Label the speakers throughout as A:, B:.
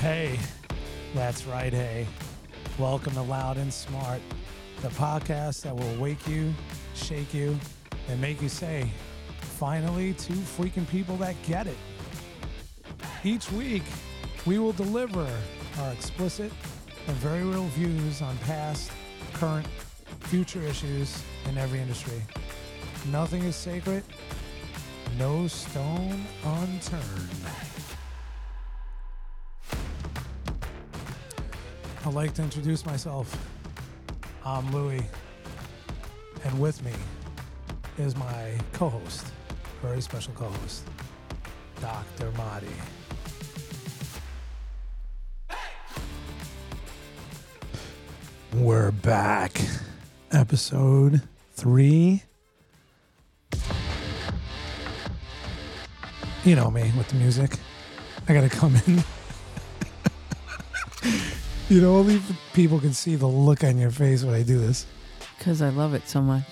A: Hey, that's right. Hey, welcome to Loud and Smart, the podcast that will wake you, shake you, and make you say, finally, two freaking people that get it. Each week, we will deliver our explicit and very real views on past, current, future issues in every industry. Nothing is sacred, no stone unturned. I'd like to introduce myself. I'm Louie, and with me is my co host, very special co host, Dr. Mahdi. We're back. Episode three. You know me with the music. I gotta come in. You know, only people can see the look on your face when I do this.
B: Because I love it so much.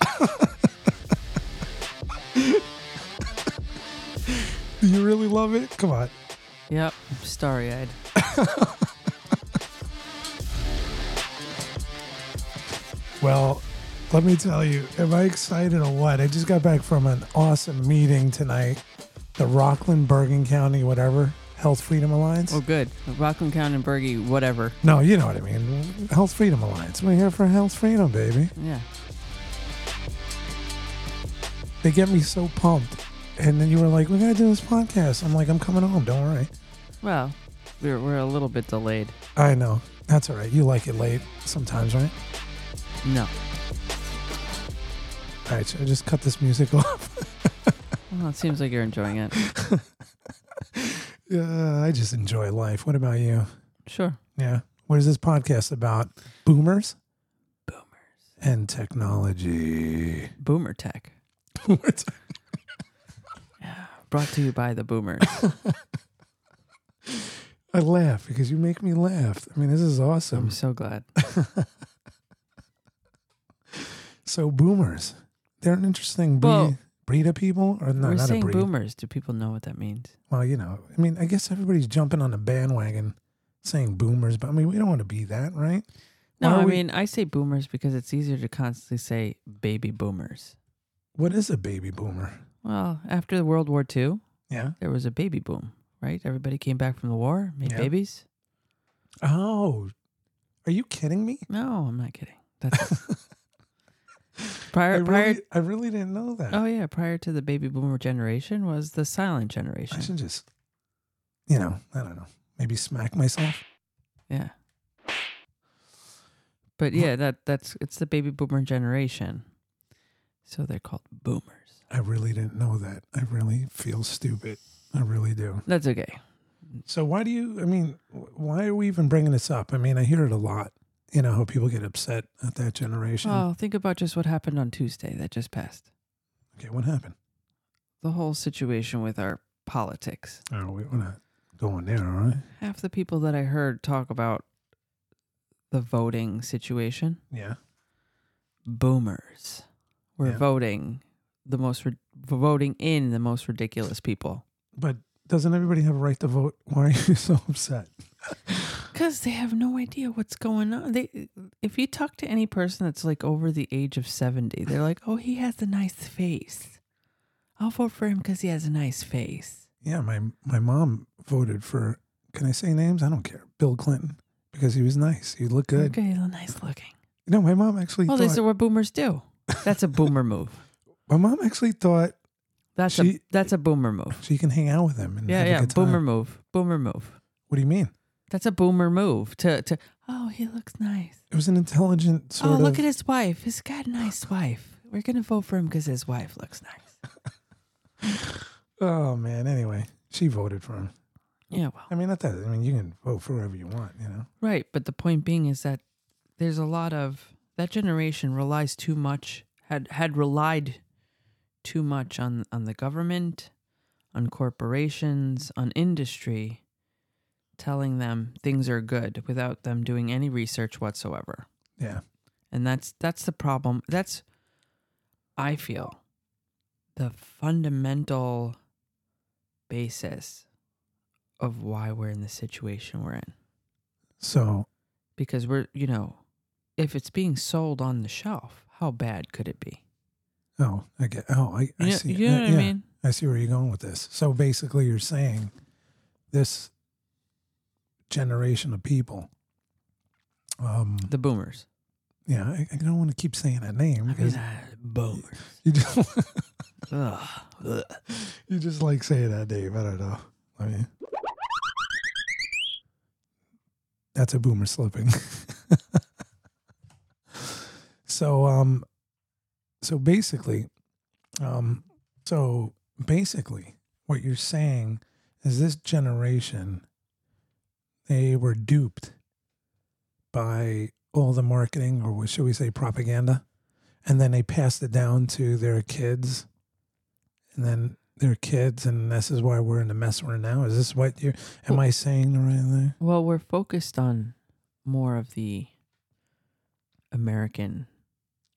A: Do you really love it? Come on.
B: yep. Starry eyed.
A: Well, let me tell you, am I excited or what? I just got back from an awesome meeting tonight. The Rockland, Bergen County, whatever, Health Freedom Alliance.
B: Oh, good. Rockland County and Bergie, whatever.
A: No, you know what I mean. Health Freedom Alliance. We're here for health freedom, baby.
B: Yeah.
A: They get me so pumped. And then you were like, we got to do this podcast. I'm like, I'm coming home. Don't worry.
B: Well, we're, we're a little bit delayed.
A: I know. That's all right. You like it late sometimes, right?
B: No.
A: All right. Should I just cut this music off?
B: Well, it seems like you're enjoying it.
A: Yeah, I just enjoy life. What about you?
B: Sure.
A: Yeah. What is this podcast about? Boomers
B: Boomers.
A: and technology.
B: Boomer Tech.
A: What?
B: Brought to you by the Boomers.
A: I laugh because you make me laugh. I mean, this is awesome.
B: I'm so glad.
A: So, boomers, they're an interesting breed,
B: Well-
A: breed of people, or no,
B: we're
A: not a
B: saying
A: breed.
B: boomers. Do people know what that means?
A: Well, you know, I mean, I guess everybody's jumping on the bandwagon saying boomers, but I mean, we don't want to be that, right?
B: No,
A: Why are
B: I
A: we-
B: mean, I say boomers because it's easier to constantly say baby boomers.
A: What is a baby boomer?
B: Well, after World War II,
A: Yeah.
B: there was a baby boom, right? Everybody came back from the war, made
A: Yeah.
B: babies.
A: Oh, are you kidding me?
B: No, I'm not kidding. That's prior
A: I
B: prior
A: really, uh, I really didn't know that.
B: Oh yeah, prior to the baby boomer generation was the silent
A: I
B: generation.
A: should just, you know, I don't know, maybe smack myself.
B: Yeah. But yeah, that that's it's the baby boomer generation. So they're called boomers.
A: I really didn't know that. I really feel stupid. I really do.
B: That's okay.
A: So why do you? I mean, wh- why are we even bringing this up? I mean, I hear it a lot. You know how people get upset at that generation.
B: Oh, think about just what happened on Tuesday that just passed.
A: Okay, what happened?
B: The whole situation with our politics.
A: Oh, we, we're not going there, all right?
B: Half the people that I heard talk about the voting situation
A: Yeah.
B: boomers were
A: Yeah.
B: voting the most rid- voting in the most ridiculous people
A: But doesn't everybody have a right to vote? Why are you so upset?
B: because they have no idea what's going on they if you talk to any person that's like over the age of 70 they're like oh he has a nice face i'll vote for him because he has a nice face
A: Yeah, my my mom voted for. Can I say names? I don't care. Bill Clinton because he was nice. He looked good.
B: okay he's nice looking
A: No, my mom actually.
B: well
A: thought,
B: these are what boomers do that's a boomer move
A: My mom actually thought
B: that's a
A: She-
B: that's a boomer move
A: she can hang out with him. And
B: yeah
A: have a
B: yeah
A: good time.
B: boomer move boomer move
A: What do you mean?
B: that's a boomer move to to oh he looks nice
A: It was an intelligent sort
B: oh,
A: of.
B: look at his wife. He's got a nice wife. We're going to vote for him because his wife looks nice.
A: Oh man. Anyway, she voted for him.
B: Yeah, well.
A: I mean, not that. I mean, you can vote for whoever you want. You know.
B: Right. But the point being is that there's a lot of that generation relies too much, had, had relied too much on, on the government, on corporations, on industry, telling them things are good without them doing any research whatsoever.
A: Yeah.
B: And that's that's the problem. That's I feel the fundamental basis of why we're in the situation we're in
A: So
B: because we're you know if it's being sold on the shelf how bad could it be
A: oh, I get. Oh, I, I
B: you know,
A: see.
B: you know
A: Yeah,
B: what
A: yeah.
B: i mean
A: I see where you're going with this. So basically, you're saying this generation of people. Um.
B: the boomers
A: Yeah, I, I don't want to keep saying that name
B: I mean,
A: because
B: uh, boomers
A: you just
B: Ugh. Ugh.
A: you just like saying that name. I don't know. I mean, that's a boomer slipping. so um, so basically, um, so basically, what you're saying is this generation, they were duped by all the marketing, or what should we say, propaganda, and then they passed it down to their kids, and then their kids, and this is why we're in the mess we're in now. Is this what you're? Am I saying the right thing?
B: well we're focused on more of the american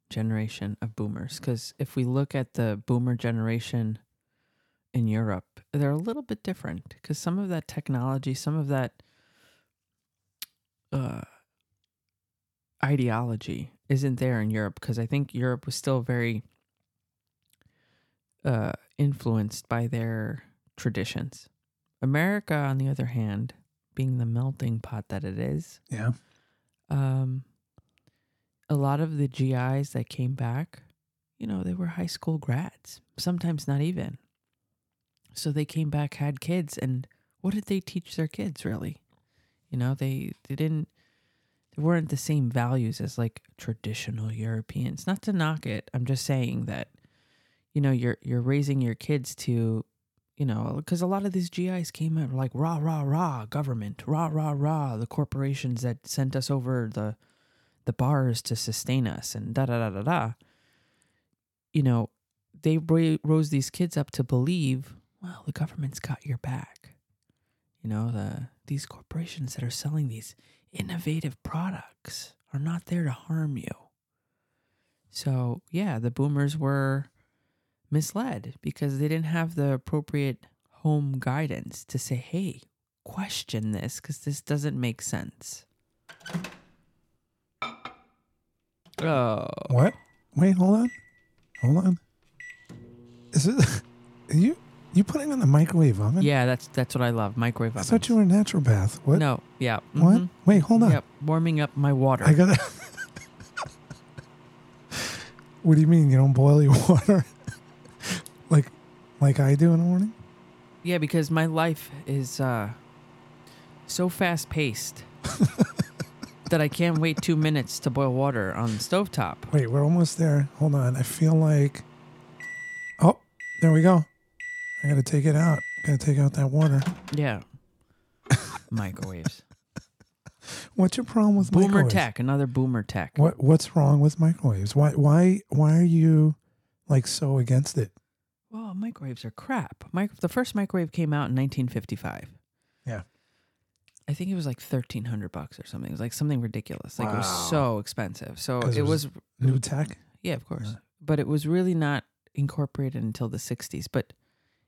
B: generation of boomers because if we look at the boomer generation in europe they're a little bit different because some of that technology some of that uh, ideology isn't there in Europe because I think Europe was still very uh, influenced by their traditions. America, on the other hand, being the melting pot that it is,
A: Yeah.
B: um, a lot of the GIs that came back, you know, they were high school grads, sometimes not even. So they came back, had kids, and what did they teach their kids really? You know, they they didn't they weren't the same values as like traditional Europeans. Not to knock it, I'm just saying that you know you're you're raising your kids to you know because a lot of these GIs came out like rah rah rah government rah rah rah the corporations that sent us over the the bars to sustain us and da da da da da. You know, they ra- rose these kids up to believe, well, the government's got your back. You know, the these corporations that are selling these innovative products are not there to harm you. So, yeah, the boomers were misled because they didn't have the appropriate home guidance to say, hey, question this because this doesn't make sense. Oh,
A: What? Wait, hold on. Hold on. Is it are you you putting in the microwave oven?
B: yeah, that's that's what I love microwave
A: I
B: ovens.
A: thought you were a naturopath. What?
B: No, yeah.
A: What?
B: mhm.
A: Wait, hold on.
B: Yep, warming up my water.
A: I gotta What do you mean you don't boil your water? like like I do in the morning?
B: Yeah, because my life is uh, so fast paced that I can't wait two minutes to boil water on the stovetop.
A: Wait, we're almost there. Hold on. I feel like Oh, there we go. I gotta take it out. Gotta take out that water.
B: Yeah. Microwaves.
A: What's your problem with
B: boomer
A: microwaves?
B: tech, another boomer tech.
A: What what's wrong with microwaves? Why why why are you like so against it?
B: Well, microwaves are crap. Mic- the first microwave came out in 1955.
A: Yeah.
B: I think it was like 1300 bucks or something. It was like something ridiculous. Like it
A: Wow.
B: was so expensive. So
A: 'Cause
B: it,
A: it was-
B: was
A: New tech?
B: Yeah, of course.
A: Yeah.
B: But it was really not incorporated until the 60s, but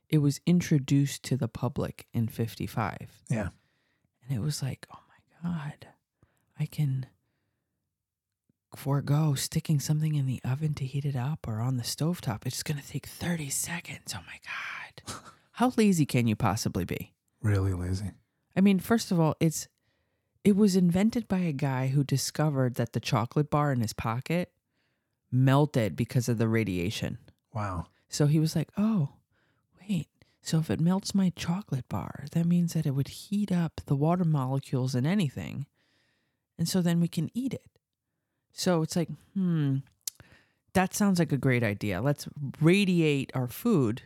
B: it was introduced to the public in 55.
A: Yeah.
B: And it was like, oh my God, I can forego sticking something in the oven to heat it up or on the stovetop. It's going to take 30 seconds. Oh my God. How lazy can you possibly be?
A: Really lazy.
B: I mean, first of all, it's it was invented by a guy who discovered that the chocolate bar in his pocket melted because of the radiation.
A: Wow.
B: So he was like, "Oh, wait. So if it melts my chocolate bar, that means that it would heat up the water molecules in anything, and so then we can eat it." So it's like, hmm, that sounds like a great idea. Let's radiate our food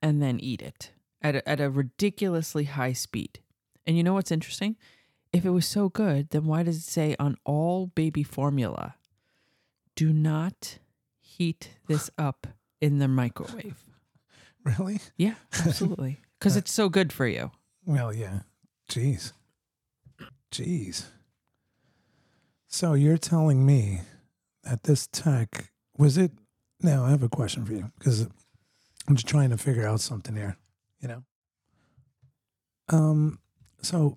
B: and then eat it at a, at a ridiculously high speed. And you know what's interesting? If it was so good, then why does it say on all baby formula, do not heat this up in the microwave?
A: Really?
B: Yeah, absolutely. Because it's so good for you.
A: Well, yeah. Jeez. Jeez. So you're telling me that this tech was it? Now I have a question for you because I'm just trying to figure out something here. You know, Um, so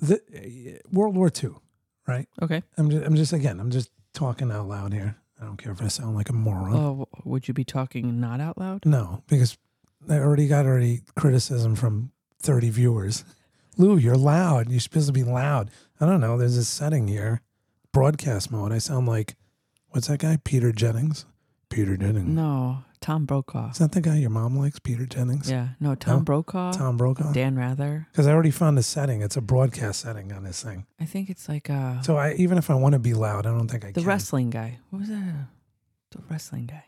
A: the World War II, right?
B: Okay.
A: I'm just, I'm just again, I'm just talking out loud here. I don't care if I sound like a moron.
B: Oh, w- would you be talking not out loud?
A: No, because I already got already criticism from 30 viewers. Lou, you're loud. You're supposed to be loud. I don't know. There's this setting here, broadcast mode. I sound like, what's that guy? Peter Jennings. Peter Jennings.
B: No, Tom Brokaw.
A: Is that the guy your mom likes? Peter Jennings.
B: Yeah, no, Tom
A: No,
B: Brokaw,
A: Tom Brokaw.
B: Dan Rather.
A: Because I already found the setting. It's a broadcast setting on this thing.
B: I think it's like uh,
A: So I even if I want to be loud, I don't think I
B: the
A: can.
B: wrestling guy. What was that? The wrestling guy.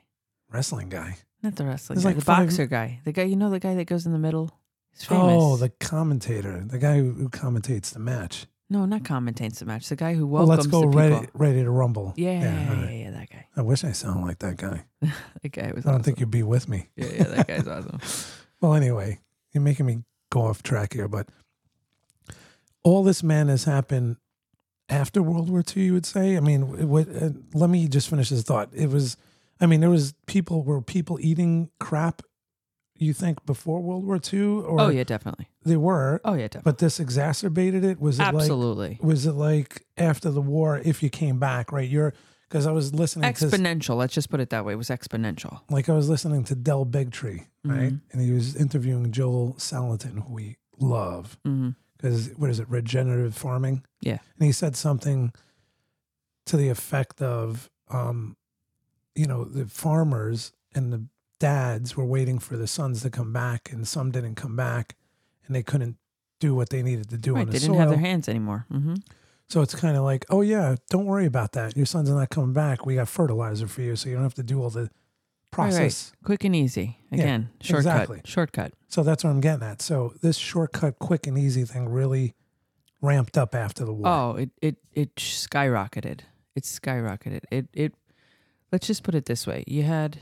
A: wrestling guy.
B: Not the wrestling
A: There's
B: guy.
A: like
B: the
A: five-
B: boxer guy. The guy, you know, the guy that goes in the middle. He's famous.
A: Oh, the commentator, the guy who, who commentates the match.
B: no, not commentates the match. The guy who
A: Well, let's
B: welcomes
A: go
B: the
A: ready,
B: people.
A: ready to rumble.
B: Yeah, yeah,
A: all
B: yeah,
A: right.
B: yeah, that guy.
A: I wish I sound like that guy.
B: That guy was.
A: I don't
B: Awesome.
A: think you'd be with me.
B: yeah, yeah, that guy's awesome.
A: Well, anyway, you're making me go off track here, but all this madness happened after World War II. You would say. I mean, it, wa- uh, let me just finish this thought. It was, I mean, there was people were people eating crap. You think before World War II, or
B: Oh yeah, definitely.
A: they were,
B: Oh yeah, definitely.
A: but this exacerbated it. Was it like?
B: Absolutely.
A: Was it like after the war? If you came back, right? You're because I was listening to
B: exponential. Let's just put it that way. It was exponential.
A: like I was listening to Del Bigtree, right?
B: Mhm.
A: And he was interviewing Joel Salatin, who we love,
B: hmm
A: because what is it, regenerative farming?
B: Yeah.
A: And he said something to the effect of, um, you know, the farmers and the dads were waiting for the sons to come back, and some didn't come back, and they couldn't do what they needed to do
B: Right.
A: on the
B: They didn't
A: soil.
B: have their hands anymore. hmm
A: So it's kind of like, oh yeah, don't worry about that. Your son's not coming back. We got fertilizer for you, so you don't have to do all the process.
B: Quick and easy.
A: Yeah,
B: Again, shortcut.
A: exactly.
B: Shortcut.
A: So that's what I'm getting at. So this shortcut, quick and easy thing really ramped up after the war.
B: Oh, it it it skyrocketed. It skyrocketed. It it. Let's just put it this way. You had.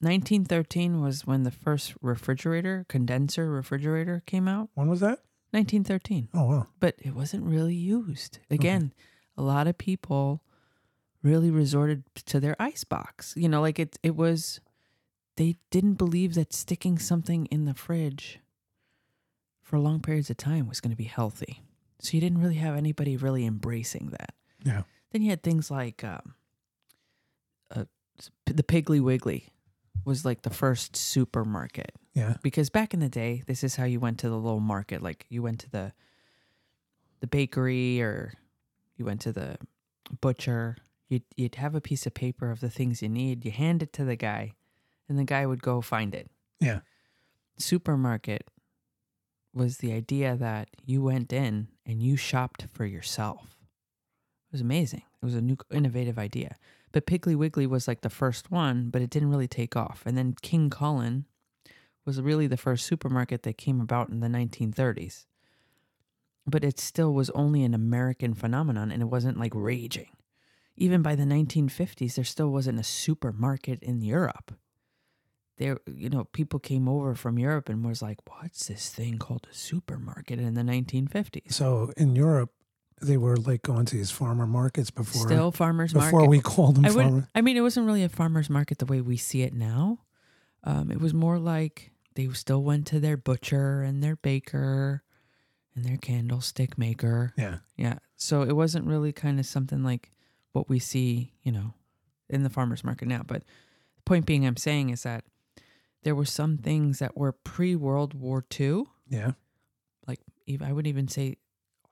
B: 1913 was when the first refrigerator, condenser refrigerator came out.
A: When was that?
B: 1913.
A: Oh wow.
B: but it wasn't really used. Again, a lot of people really resorted to their ice box. You know, like it it was they didn't believe that sticking something in the fridge for long periods of time was going to be healthy. So you didn't really have anybody really embracing that.
A: Yeah.
B: Then you had things like um, uh, the Piggly Wiggly was like the first supermarket
A: Yeah.
B: because back in the day, this is how you went to the little market. Like you went to the the bakery or you went to the butcher. You'd you'd have a piece of paper of the things you need. You hand it to the guy, and the guy would go find it.
A: Yeah.
B: Supermarket was the idea that you went in and you shopped for yourself. It was amazing. It was a new innovative idea. But Piggly Wiggly was like the first one, but it didn't really take off. And then King Cullen was really the first supermarket that came about in the 1930s. But it still was only an American phenomenon and it wasn't like raging. Even by the 1950s, there still wasn't a supermarket in Europe. There, you know, people came over from Europe and was like, what's this thing called a supermarket in the 1950s?
A: So in Europe, they were like going to these farmer markets before
B: Still farmers
A: before
B: market.
A: we called them
B: I would.
A: farmer.
B: not I mean, it wasn't really a farmers market the way we see it now. Um, it was more like they still went to their butcher and their baker and their candlestick maker.
A: Yeah.
B: Yeah. So it wasn't really kind of something like what we see, you know, in the farmers market now. But the point being, I'm saying is that there were some things that were pre World War II
A: Yeah.
B: like ev- I would even say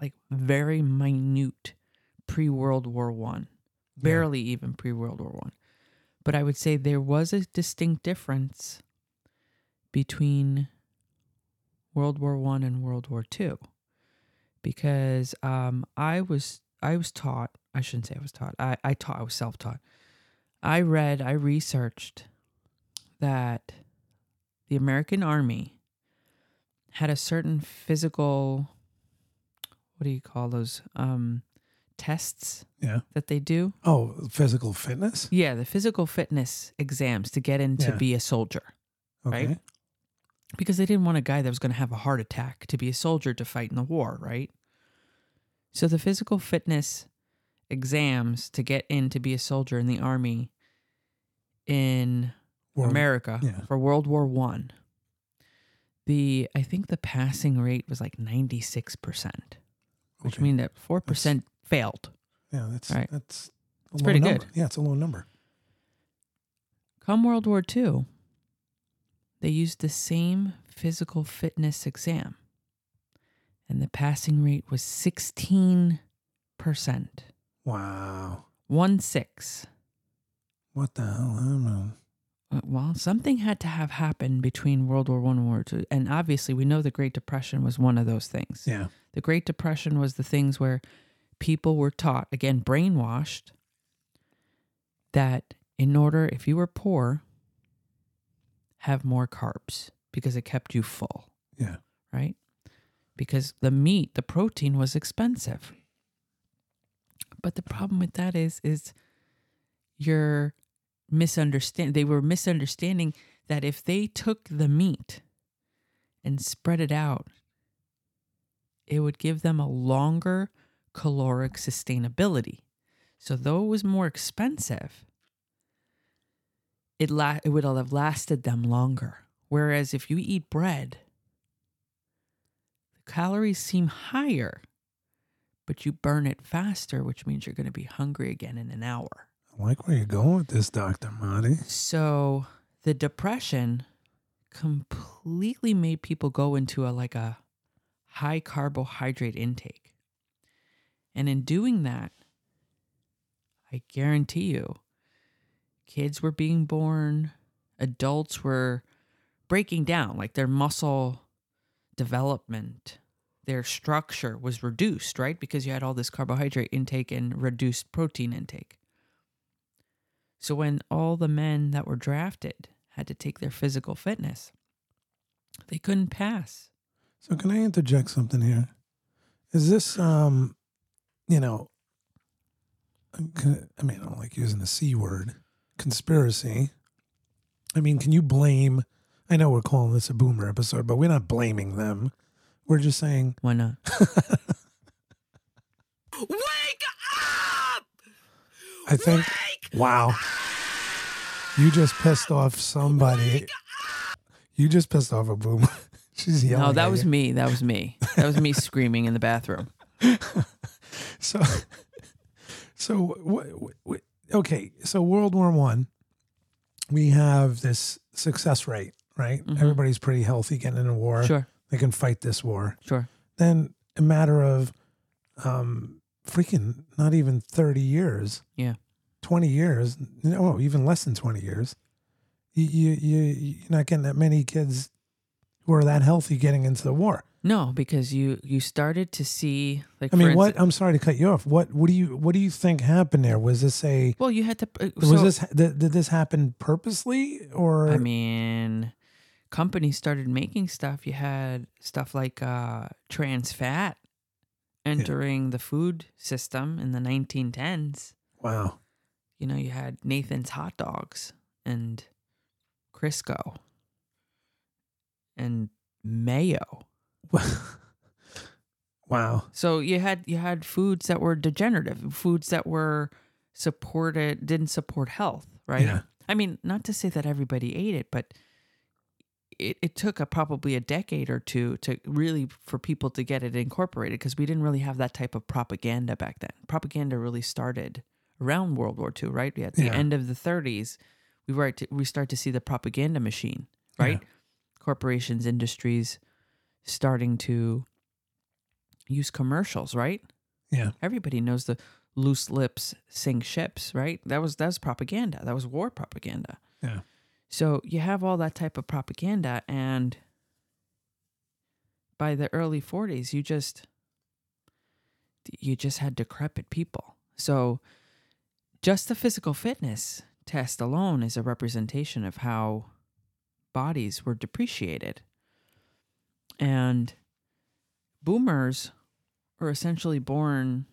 B: like very minute pre World War One, barely even pre World War One. But I would say there was a distinct difference between World War One and World War Two, because um, I was I was taught I shouldn't say I was taught I I taught I was self taught. I read I researched that the American Army had a certain physical what do you call those um tests
A: Yeah.
B: that they do
A: Oh, physical fitness?
B: yeah the physical fitness exams to get in to
A: Yeah.
B: be a soldier
A: Okay.
B: Right. because they didn't want a guy that was going to have a heart attack to be a soldier to fight in the war right so the physical fitness exams to get in to be a soldier in the army in
A: World-
B: America
A: yeah.
B: for World War One. the I think the passing rate was like 96%, which
A: Okay.
B: means that 4% failed.
A: Yeah, that's
B: Right.
A: that's a
B: It's
A: low
B: pretty
A: number.
B: good.
A: Yeah, it's a low number.
B: Come World War II, they used the same physical fitness exam, and the passing rate was 16%.
A: Wow.
B: One six.
A: What the hell? I don't know.
B: Uh, Well, something had to have happened between World War One and World War Two, and obviously we know the Great Depression was one of those things.
A: Yeah.
B: The Great Depression was the things where people were taught, again, brainwashed, that in order, if you were poor, have more carbs because it kept you full,
A: Yeah.
B: right? Because the meat, the protein was expensive. But the problem with that is, is your misunderstand they were misunderstanding that if they took the meat and spread it out it would give them a longer caloric sustainability. So though it was more expensive, it la- it would have lasted them longer. Whereas if you eat bread, the calories seem higher, but you burn it faster, which means you're going to be hungry again in an hour.
A: I like where you're going with this, Dr. Marty.
B: So the depression completely made people go into a like a high carbohydrate intake. And in doing that, I guarantee you, kids were being born, adults were breaking down, like their muscle development, their structure was reduced, right? Because you had all this carbohydrate intake and reduced protein intake. So when all the men that were drafted had to take their physical fitness, they couldn't pass.
A: So can I interject something here? Is this um you know I'm gonna- I mean I don't like using the C word. Conspiracy. I mean, can you blame I know we're calling this a boomer episode, but we're not blaming them. We're just saying
B: Why not?
A: I think. Wow. You just pissed off somebody. You just pissed off a boomer. She's yelling.
B: no, that
A: at
B: was
A: you.
B: me. That was me. That was me screaming in the bathroom.
A: so. So wh- wh- wh- okay. So World War One, we have this success rate, right?
B: Mhm.
A: Everybody's pretty healthy getting in a war.
B: Sure,
A: They can fight this war.
B: sure.
A: Then a matter of, um, freaking not even thirty years.
B: Yeah.
A: 20 years, no, oh, even less than 20 years, you, you, you, you're not getting that many kids who are that healthy getting into the war.
B: No, because you you started to see like
A: I mean,
B: for
A: what,
B: instance-
A: I'm sorry to cut you off. What, what do you, what do you think happened there? Was this a,
B: well, you had to. uh,
A: was
B: so-
A: this, did, did this happen purposely or?
B: I mean, companies started making stuff. You had stuff like uh, trans fat entering the food system in the 1910s.
A: wow.
B: you know, you had Nathan's hot dogs and Crisco and mayo.
A: wow.
B: So you had you had foods that were degenerative, foods that were supported didn't support health, right?
A: Yeah.
B: I mean, not to say that everybody ate it, but it, it took a, probably a decade or two to really for people to get it incorporated because we didn't really have that type of propaganda back then. Propaganda really started around World War II, right? At the
A: Yeah.
B: end of the 30s, we were to, we start to see the propaganda machine, right? Corporations, industries starting to use commercials, right?
A: Yeah.
B: Everybody knows the loose lips sink ships, right? That was that was propaganda. That was war propaganda.
A: Yeah.
B: So you have all that type of propaganda and by the early 40s you just you just had decrepit people. So just the physical fitness test alone is a representation of how bodies were depreciated. And boomers were essentially born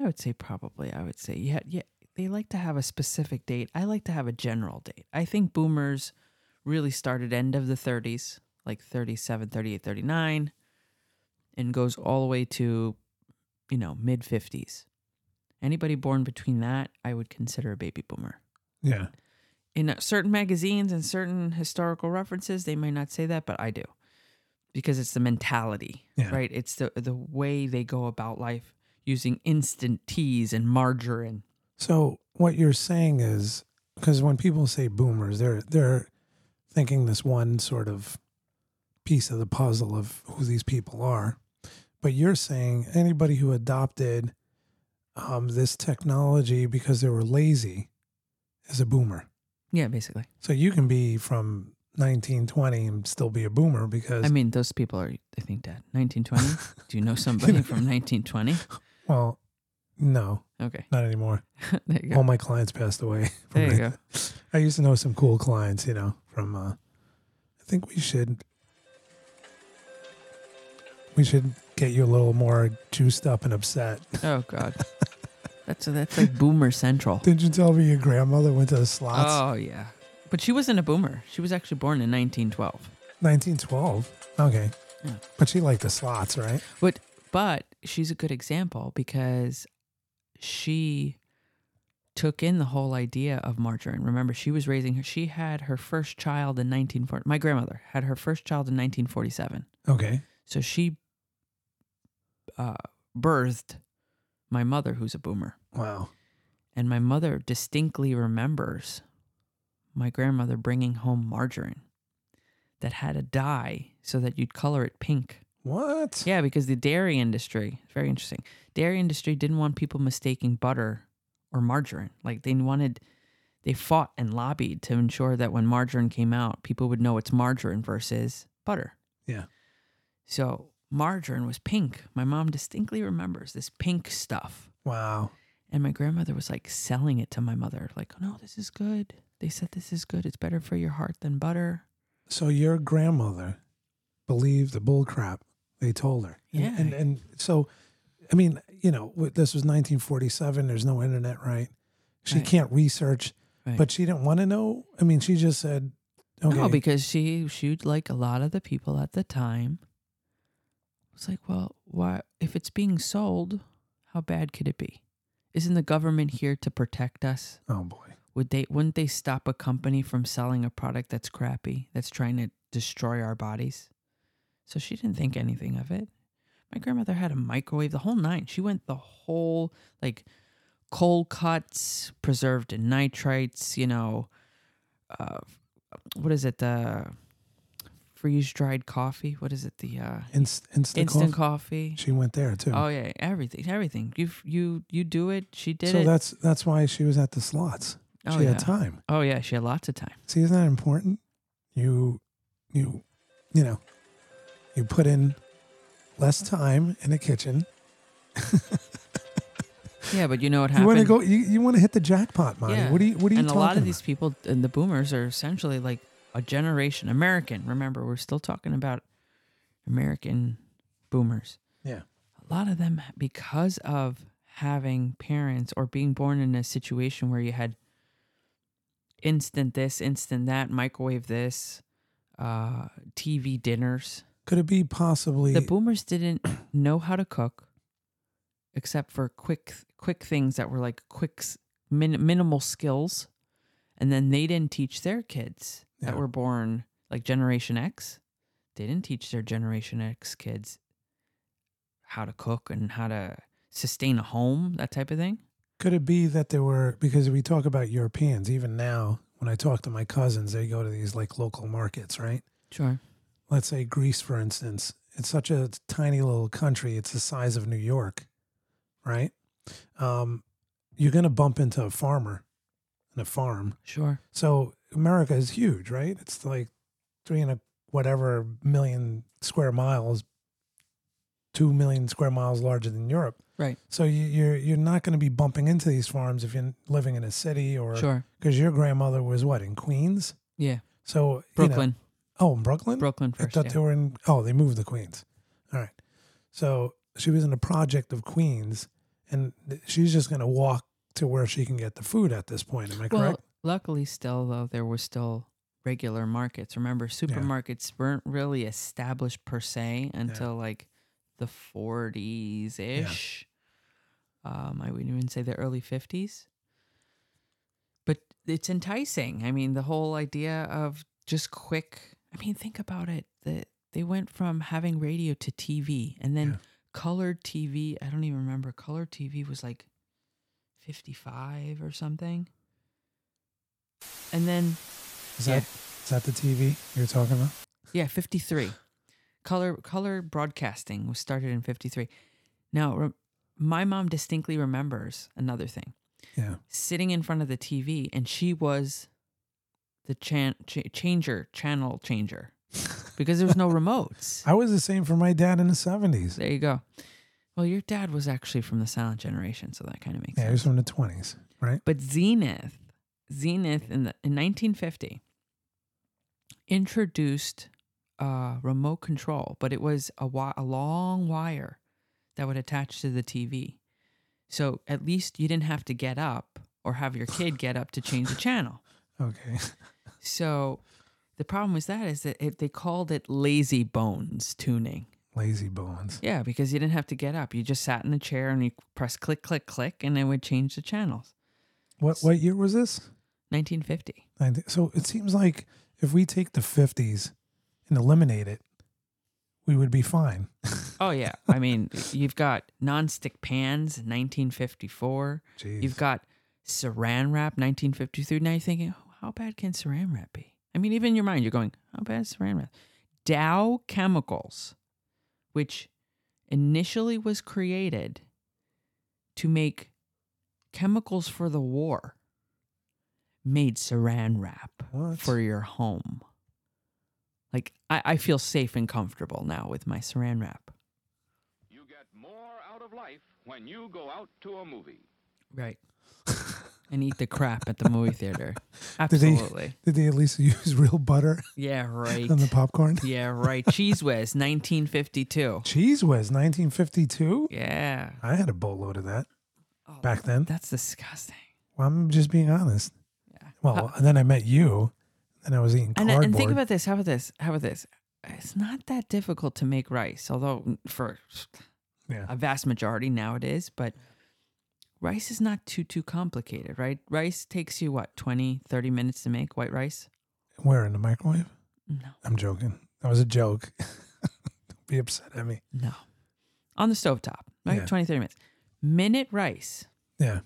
B: I would say probably I would say yeah yeah they like to have a specific date. I like to have a general date. I think boomers really started end of the 30s, like 37, 38, 39 and goes all the way to you know mid 50s. Anybody born between that I would consider a baby boomer
A: Yeah.
B: in certain magazines and certain historical references, they may not say that, but I do. because it's the mentality,
A: Yeah.
B: right? It's the the way they go about life using instant teas and margarine.
A: So what you're saying is because when people say boomers, they're they're thinking this one sort of piece of the puzzle of who these people are. But you're saying anybody who adopted um, this technology because they were lazy is a boomer.
B: Yeah, basically.
A: So you can be from 1920 and still be a boomer because
B: I mean, those people are, I think, dead. 1920. Do you know somebody from 1920?
A: well, no,
B: Okay,
A: not anymore.
B: there you go.
A: All my clients passed away. from
B: There you go.
A: I used to know some cool clients, you know, from uh I think we should we should get you a little more juiced up and upset.
B: Oh God, that's that's like Boomer Central.
A: Didn't you tell me your grandmother went to the slots?
B: Oh yeah, but she wasn't a boomer. She was actually born in 1912.
A: 1912. Okay.
B: Yeah.
A: But she liked the slots, right?
B: But but she's a good example because she took in the whole idea of margarine. Remember, she was raising her. She had her first child in 1940. My grandmother had her first child in 1947.
A: Okay.
B: So she uh, birthed my mother, who's a boomer.
A: Wow.
B: And my mother distinctly remembers my grandmother bringing home margarine that had a dye so that you'd color it pink.
A: What?
B: Yeah, because the dairy industry, very interesting. Dairy industry didn't want people mistaking butter or margarine. Like they wanted they fought and lobbied to ensure that when margarine came out, people would know it's margarine versus butter.
A: Yeah.
B: So margarine was pink. My mom distinctly remembers this pink stuff.
A: Wow.
B: And my grandmother was like selling it to my mother, like, no, this is good. They said this is good. It's better for your heart than butter.
A: So your grandmother believed the bull crap they told her. And-
B: Yeah.
A: And, and so, I mean, you know, w- this was 1947. There's no internet, right? She
B: Right.
A: can't research,
B: Right.
A: but she didn't want to know. I mean, she just said, okay.
B: No, because she she like a lot of the people at the time was like, well, why if it's being sold, how bad could it be? Isn't the government here to protect us?
A: oh boy.
B: Would they wouldn't they stop a company from selling a product that's crappy, that's trying to destroy our bodies? So she didn't think anything of it. My grandmother had a microwave, the whole nine. She went the whole like cold cuts, preserved in nitrites, you know, uh, what is it? The freeze dried coffee. What is it? The uh,
A: Inst- instant,
B: instant
A: coffee.
B: coffee.
A: She went there too.
B: Oh yeah, everything, everything. You you you do it. She did
A: so
B: it.
A: that's that's why she was at the slots.
B: oh
A: she
B: yeah.
A: had time.
B: Oh yeah, she had lots of time.
A: See, isn't that important? You, you, you know, you put in less time in the kitchen.
B: Yeah, but you know what
A: You want
B: happened?
A: to go. You, you want to hit the jackpot, Monty.
B: Yeah.
A: What do you What are you
B: and a
A: talking
B: lot of
A: about?
B: these people and the boomers are essentially like a generation American. Remember, we're still talking about American boomers.
A: Yeah.
B: A lot of them because of having parents or being born in a situation where you had instant this, instant that, microwave this, uh TV dinners.
A: Could it be possibly
B: The boomers didn't know how to cook except for quick quick things that were like quick s- min, minimal skills and then they didn't teach their kids that
A: Yeah.
B: were born like generation X they didn't teach their generation X kids how to cook and how to sustain a home that type of thing
A: Could it be that there were because we talk about Europeans even now? When I talk to my cousins, they go to these like local markets, right?
B: sure
A: Let's say Greece, for instance. It's such a tiny little country. It's the size of New York, right? Um, you're going to bump into a farmer and a farm.
B: sure
A: So America is huge, right? It's like three and a whatever million square miles, two million square miles larger than Europe.
B: right
A: So you, you're you're not going to be bumping into these farms if you're living in a city or
B: sure
A: because your grandmother was what in Queens.
B: yeah
A: So you know-
B: Brooklyn
A: oh, in Brooklyn.
B: Brooklyn
A: I
B: first
A: thought
B: yeah.
A: they were in. Oh, they moved to Queens. All right. So she was in a project of Queens, and th- she's just going to walk to where she can get the food at this point. Am I correct?
B: luckily, still though, there were still regular markets. Remember, supermarkets weren't really established per se until like the 40s ish. Um, I wouldn't even say the early 50s. But it's enticing. I mean, the whole idea of just quick. I mean, think about it. The They went from having radio to TV and then
A: Yeah.
B: colored TV. I don't even remember. Color TV was like 55 or something. And then,
A: Is
B: Yeah.
A: that is that the TV you're talking about?
B: yeah, 53. Color color broadcasting was started in 53. Now, re- my mom distinctly remembers another thing.
A: Yeah.
B: sitting in front of the TV, and she was the chan- ch- changer, channel changer, because there was no remotes.
A: I was the same for my dad in the seventies.
B: There you go. Well, your dad was actually from the silent generation, so that kind of makes
A: Yeah, he was
B: sense.
A: from the twenties, right?
B: But Zenith, Zenith in the in 1950 introduced uh, remote control, but it was a wi- a long wire that would attach to the TV. So at least you didn't have to get up or have your kid get up to change the channel.
A: Okay.
B: So the problem with that is that it, they called it lazy bones tuning.
A: Lazy bones.
B: Yeah, because you didn't have to get up. You just sat in the chair and you press click, click, click, and it would change the channels.
A: What what year was this?
B: 1950.
A: 90 So it seems like if we take the fifties and eliminate it, we would be fine.
B: Oh, yeah. I mean, you've got nonstick pans, 1954.
A: Jeez.
B: You've got saran wrap, 1953. Now you're thinking, oh, how bad can saran wrap be? I mean, even in your mind, you're going, how bad is saran wrap? Dow Chemicals, which initially was created to make chemicals for the war, made saran wrap
A: What?
B: for your home. Like, I, I feel safe and comfortable now with my saran wrap.
C: You get more out of life when you go out to a movie.
B: Right. and eat the crap at the movie theater.
A: Did they-
B: Absolutely.
A: Did they at least use real butter
B: Yeah, right.
A: on the popcorn?
B: yeah, right. Cheese Whiz, 1952.
A: Cheese Whiz, 1952.
B: Yeah.
A: I had a boatload of that
B: Oh,
A: back then.
B: That's disgusting.
A: Well, I'm just being honest.
B: Yeah.
A: Well, and then I met you, and I was eating
B: And,
A: cardboard.
B: and think about this. How about this? How about this? It's not that difficult to make rice, although for
A: yeah.
B: a vast majority now it is, but rice is not too, too complicated, right? Rice takes you, what, 20, 30 minutes to make white rice?
A: Where in the microwave?
B: No.
A: I'm joking. That was a joke. Don't be upset at me.
B: No. On the stovetop, right?
A: Yeah.
B: 20, 30 minutes. Minute rice.
A: Yeah.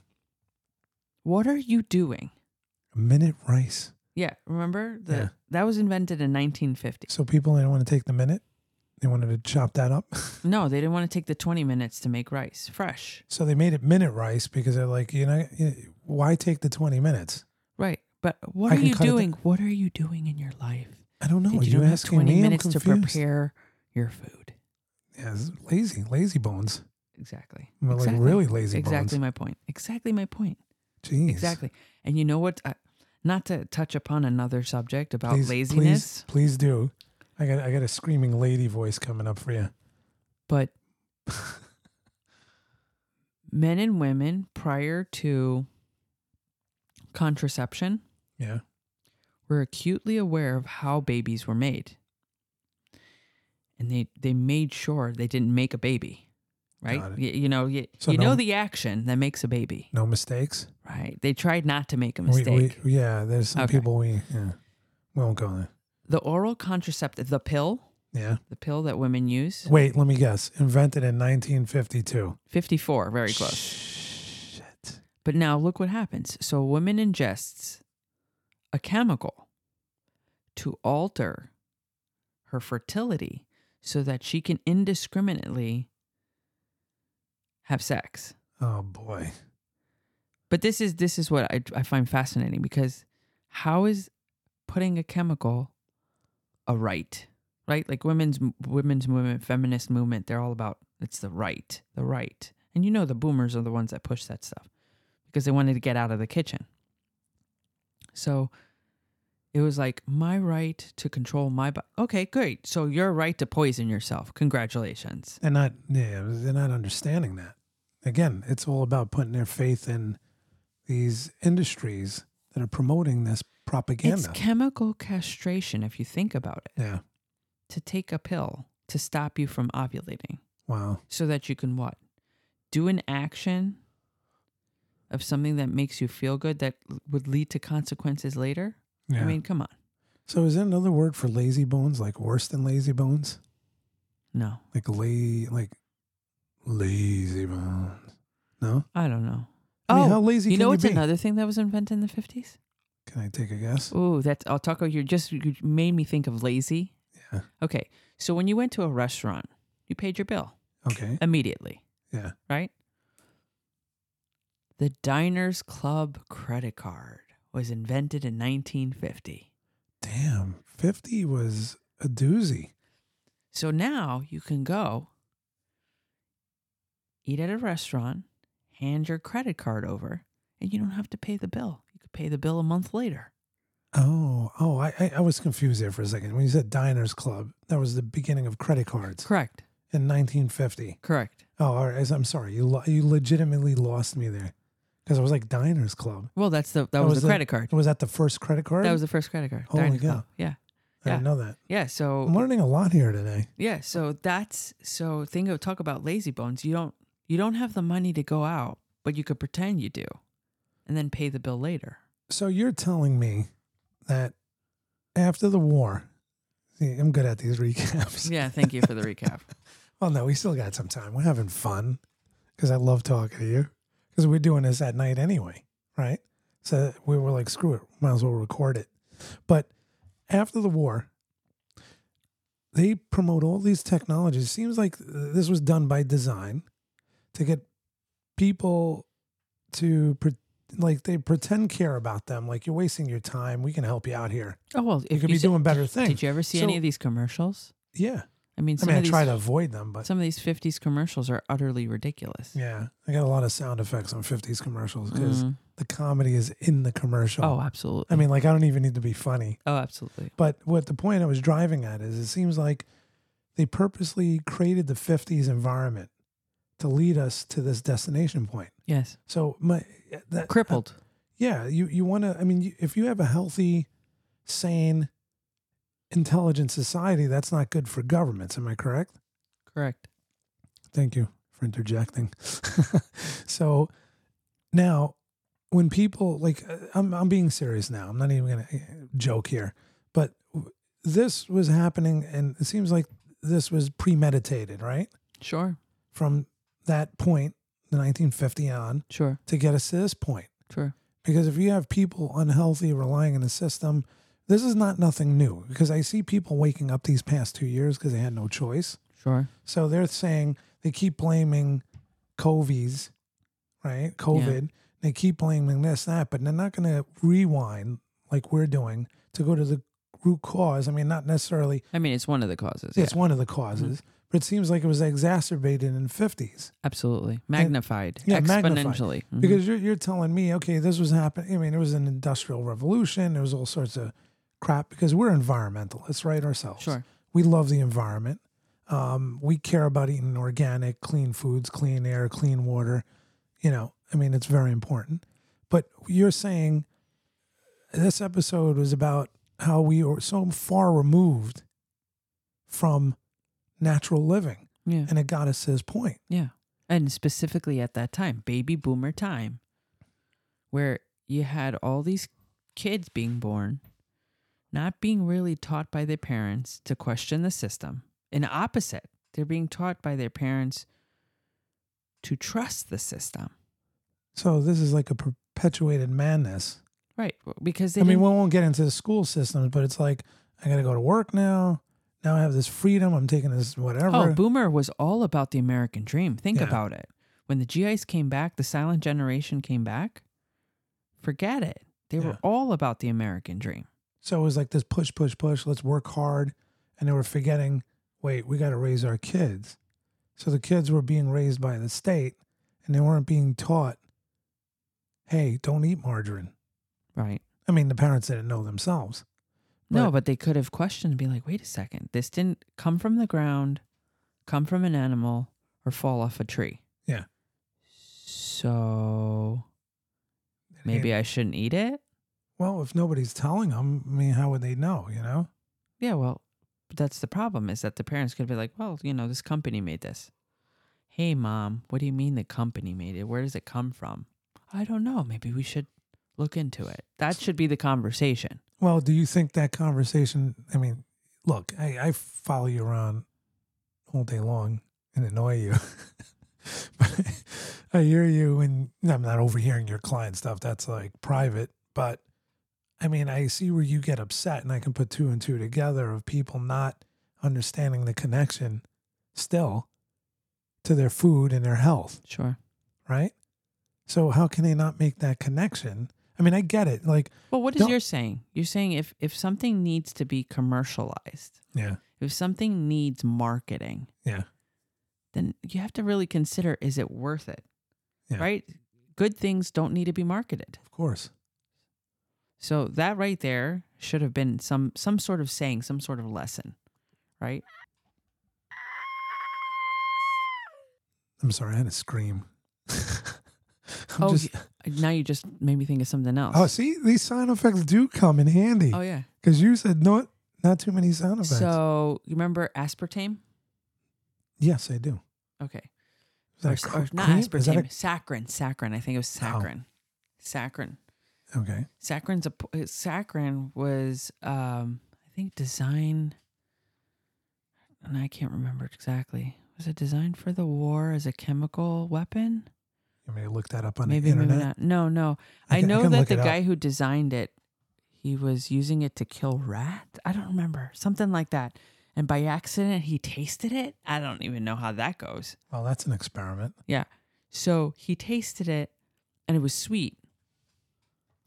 B: What are you doing?
A: Minute rice.
B: Yeah, remember the
A: Yeah.
B: that was invented in 1950.
A: So people didn't want to take the minute. They wanted to chop that up.
B: No, they didn't want to take the 20 minutes to make rice fresh.
A: so they made it minute rice because they're like, you know, you- why take the 20 minutes?
B: Right. But what
A: I
B: are
A: can
B: you
A: cut it
B: doing? What are you doing in your life?
A: I don't know.
B: that
A: Are
B: you
A: you
B: don't have
A: asking
B: 20
A: me?
B: minutes
A: I'm
B: to
A: confused.
B: prepare your food.
A: Yeah, it's lazy, lazy bones.
B: Exactly.
A: Well, like,
B: exactly.
A: really lazy
B: Exactly
A: bones.
B: my point. Exactly my point.
A: Jeez.
B: Exactly. And you know what? Uh, not to touch upon another subject about
A: Please,
B: laziness,
A: Please, please do. I got I got a screaming lady voice coming up for you.
B: but men and women prior to contraception
A: Yeah.
B: were acutely aware of how babies were made. And they, they made sure they didn't make a baby, right?
A: Got it.
B: Y- You, know, you,
A: So
B: you
A: no-
B: know the action that makes a baby,
A: No mistakes.
B: right? They tried not to make a
A: We-
B: mistake.
A: we- yeah, there's some
B: Okay.
A: people we yeah, we won't go there.
B: the oral contraceptive, the pill,
A: Yeah.
B: the pill that women use,
A: Wait, let me guess. Invented in 1952.
B: 54, very close.
A: Shit.
B: But now look what happens. So a woman ingests a chemical to alter her fertility so that she can indiscriminately have sex.
A: Oh boy.
B: But this is this is what I, I find fascinating because how is putting a chemical a right? Right? Like women's women's movement, feminist movement, they're all about it's the right, the right. And you know the boomers are the ones that push that stuff because they wanted to get out of the kitchen. So it was like my right to control my body. Okay, great. So your right to poison yourself. Congratulations.
A: They're not yeah, they're not understanding that. Again, it's all about putting their faith in these industries that are promoting this
B: It's
A: propaganda.
B: chemical castration if you think about it.
A: yeah.
B: to take a pill to stop you from ovulating
A: Wow.
B: so that you can what? Do an action of something that makes you feel good that l- would lead to consequences later?
A: Yeah.
B: I mean, come on.
A: So is that another word for lazy bones? Like worse than lazy bones?
B: No,
A: Like lay like lazy bones. No?
B: I don't know.
A: I mean,
B: oh,
A: how lazy
B: you
A: can
B: know
A: you
B: what's
A: be?
B: another thing that was invented in the fifties?
A: Can I take a guess?
B: Oh, that's oh, Taco. You just you made me think of lazy.
A: Yeah.
B: Okay, so when you went to a restaurant, you paid your bill
A: Okay.
B: immediately,
A: Yeah.
B: right? The Diners Club credit card was invented in 1950.
A: Damn. Fifty was a doozy.
B: So now you can go eat at a restaurant, hand your credit card over, and you don't have to pay the bill. You could pay the bill a month later.
A: Oh, oh, I, I, I was confused there for a second. When you said Diners Club, that was the beginning of credit cards
B: Correct.
A: in 1950.
B: Correct.
A: Oh, all right. I'm sorry. You lo- you legitimately lost me there because I was like Diners Club.
B: Well, that's the that, was, the credit card.
A: Was that the first credit card?
B: That was the first credit card.
A: Holy
B: Diners
A: cow.
B: Club. Yeah.
A: I didn't
B: yeah.
A: know that.
B: Yeah. So
A: I'm learning a lot here today.
B: Yeah, so that's so think of talk about lazy bones. You don't you don't have the money to go out, but you could pretend you do and then pay the bill later.
A: So you're telling me that after the war, see, I'm good at these recaps.
B: Yeah, thank you for the recap.
A: Well, no, we still got some time. We're having fun because I love talking to you because we're doing this at night anyway, right? So we were like, screw it, might as well record it. But after the war, they promote all these technologies. seems like this was done by design to get people to pre- like they pretend care about them. Like you're wasting your time. We can help you out here.
B: Oh well,
A: You
B: if
A: could be
B: said-
A: doing better things.
B: Did you ever see
A: So-
B: any of these commercials?
A: Yeah,
B: I mean,
A: I
B: some
A: mean, I
B: of these
A: try to avoid them, but
B: some of these fifties commercials are utterly ridiculous.
A: Yeah, I got a lot of sound effects on 50s commercials because
B: Mm.
A: the comedy is in the commercial.
B: Oh, absolutely.
A: I mean, like, I don't even need to be funny.
B: oh, absolutely.
A: But what the point I was driving at is it seems like they purposely created the 50s environment to lead us to this destination point.
B: Yes,
A: So, my that, uh,
B: crippled.
A: yeah, you, you want to, I mean, you, if you have a healthy, sane, intelligent society, that's not good for governments. Am I correct?
B: Correct.
A: Thank you for interjecting. so now, when people like, uh, I'm I'm being serious now. I'm not even gonna uh, joke here, but w- this was happening, and it seems like this was premeditated, right?
B: Sure.
A: From that point, the 1950 on,
B: Sure.
A: to get us to this point.
B: Sure.
A: Because if you have people unhealthy relying on the system, this is not nothing new. Because I see people waking up these past two years because they had no choice.
B: Sure.
A: So they're saying they keep blaming COVID's, right? COVID. They keep blaming this, that, but they're not going to rewind like we're doing to go to the root cause. I mean, not necessarily,
B: I mean, it's one of the causes.
A: it's one of the causes, but it seems like it was exacerbated in 50s
B: Absolutely. Magnified.
A: yeah, magnified.
B: exponentially. Mhm.
A: because you're, you're telling me, okay, this was happening. I mean, it was an industrial revolution. There was all sorts of crap because we're environmentalists, right? Ourselves.
B: Sure.
A: We love the environment. Um, we care about eating organic, clean foods, clean air, clean water. You know, I mean, it's very important. But you're saying this episode was about how we are so far removed from natural living,
B: yeah.
A: and it got us to this point.
B: Yeah. And specifically at that time, baby boomer time, where you had all these kids being born, not being really taught by their parents to question the system. And opposite, they're being taught by their parents to trust the system.
A: So this is like a perpetuated madness.
B: Right. Because they
A: I mean,
B: didn't-
A: we won't get into the school systems, but it's like I got to go to work now. Now I have this freedom. I'm taking this whatever.
B: Oh, Boomer was all about the American dream. Think
A: Yeah.
B: about it. When the GIs came back, the silent generation came back, forget it. They
A: Yeah.
B: were all about the American dream.
A: so it was like this push, push, push. Let's work hard, and they were forgetting. Wait, we got to raise our kids. So the kids were being raised by the state, and they weren't being taught. Hey, don't eat margarine.
B: Right.
A: I mean, the parents didn't know themselves.
B: No,
A: But-
B: but they could have questioned and be like, wait a second, this didn't come from the ground, come from an animal, or fall off a tree.
A: Yeah.
B: So maybe I shouldn't eat it?
A: Well, if nobody's telling them, I mean, how would they know? You know.
B: Yeah, well, but that's the problem is that the parents could be like, well, you know, this company made this. Hey, mom, what do you mean the company made it? Where does it come from? I don't know. Maybe we should Look into it. That should be the conversation.
A: Well, do you think that conversation? I mean, look, I, I follow you around all day long and annoy you. but I hear you, and I'm not overhearing your client stuff. That's like private. But I mean, I see where you get upset, and I can put two and two together of people not understanding the connection still to their food and their health
B: Sure.
A: right? So how can they not make that connection? I mean, I get it. Like,
B: Well, what is
A: Don't-
B: your saying? You're saying if if something needs to be commercialized,
A: yeah,
B: if something needs marketing,
A: yeah,
B: then you have to really consider is it worth it?
A: Yeah.
B: Right? Good things don't need to be marketed.
A: of course.
B: So that right there should have been some some sort of saying, some sort of lesson, right?
A: I'm sorry, I had to scream. I'm
B: oh,
A: just,
B: y- now you just made me think of something else.
A: oh, see, these sound effects do come in handy
B: Oh, yeah.
A: because you said not not too many sound effects.
B: So you remember aspartame?
A: yes, I do.
B: Okay.
A: Is that
B: or,
A: a
B: s-
A: cr-
B: or not
A: cream? Is that
B: aspartame, saccharin. Saccharin. I think it was saccharin. Saccharin.
A: a- okay,
B: Saccharin's a p- uh, saccharin was um I think design and I can't remember exactly. Was it designed for the war as a chemical weapon?
A: you may look that up on
B: maybe
A: the internet.
B: maybe not. No, no.
A: I
B: I,
A: can- I
B: know
A: can
B: that
A: look
B: the
A: it up.
B: guy who designed it, he was using it to kill rat. I don't remember something like that. And by accident, he tasted it. I don't even know how that goes.
A: Well, that's an experiment.
B: Yeah. So he tasted it, and it was sweet,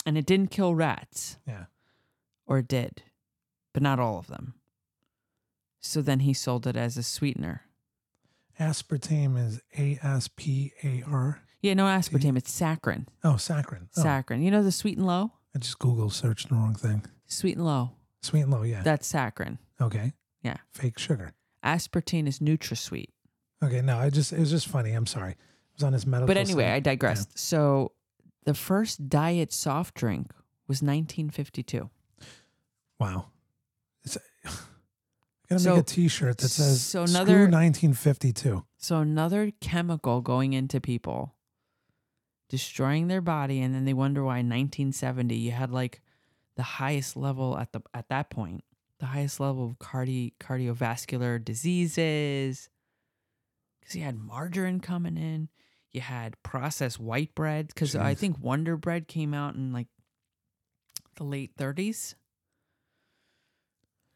B: and it didn't kill rats,
A: Yeah,
B: or it did, but not all of them. So then he sold it as a sweetener.
A: aspartame is A S P A R.
B: Yeah, no aspartame. It's saccharin.
A: Oh, saccharin. Oh,
B: Saccharin. You know the sweet and low.
A: I just Google searched the wrong thing.
B: Sweet and low.
A: Sweet and low, yeah.
B: That's saccharin.
A: okay,
B: Yeah.
A: fake sugar.
B: Aspartame is NutraSweet.
A: Okay, no, I just it was just funny. I'm sorry. I was on his medical.
B: But anyway,
A: side.
B: I digressed. So the first diet soft drink was 1952.
A: Yeah. wow, it's gonna
B: So-
A: make a T-shirt that says
B: so
A: "Screw
B: another-
A: 1952."
B: So another chemical going into people, destroying their body, and then they wonder why in 1970 you had like the highest level at the at that point, the highest level of cardi cardiovascular diseases, because you had margarine coming in, you had processed white bread, because I
A: Jeez.
B: think Wonder Bread came out in like the late 30s.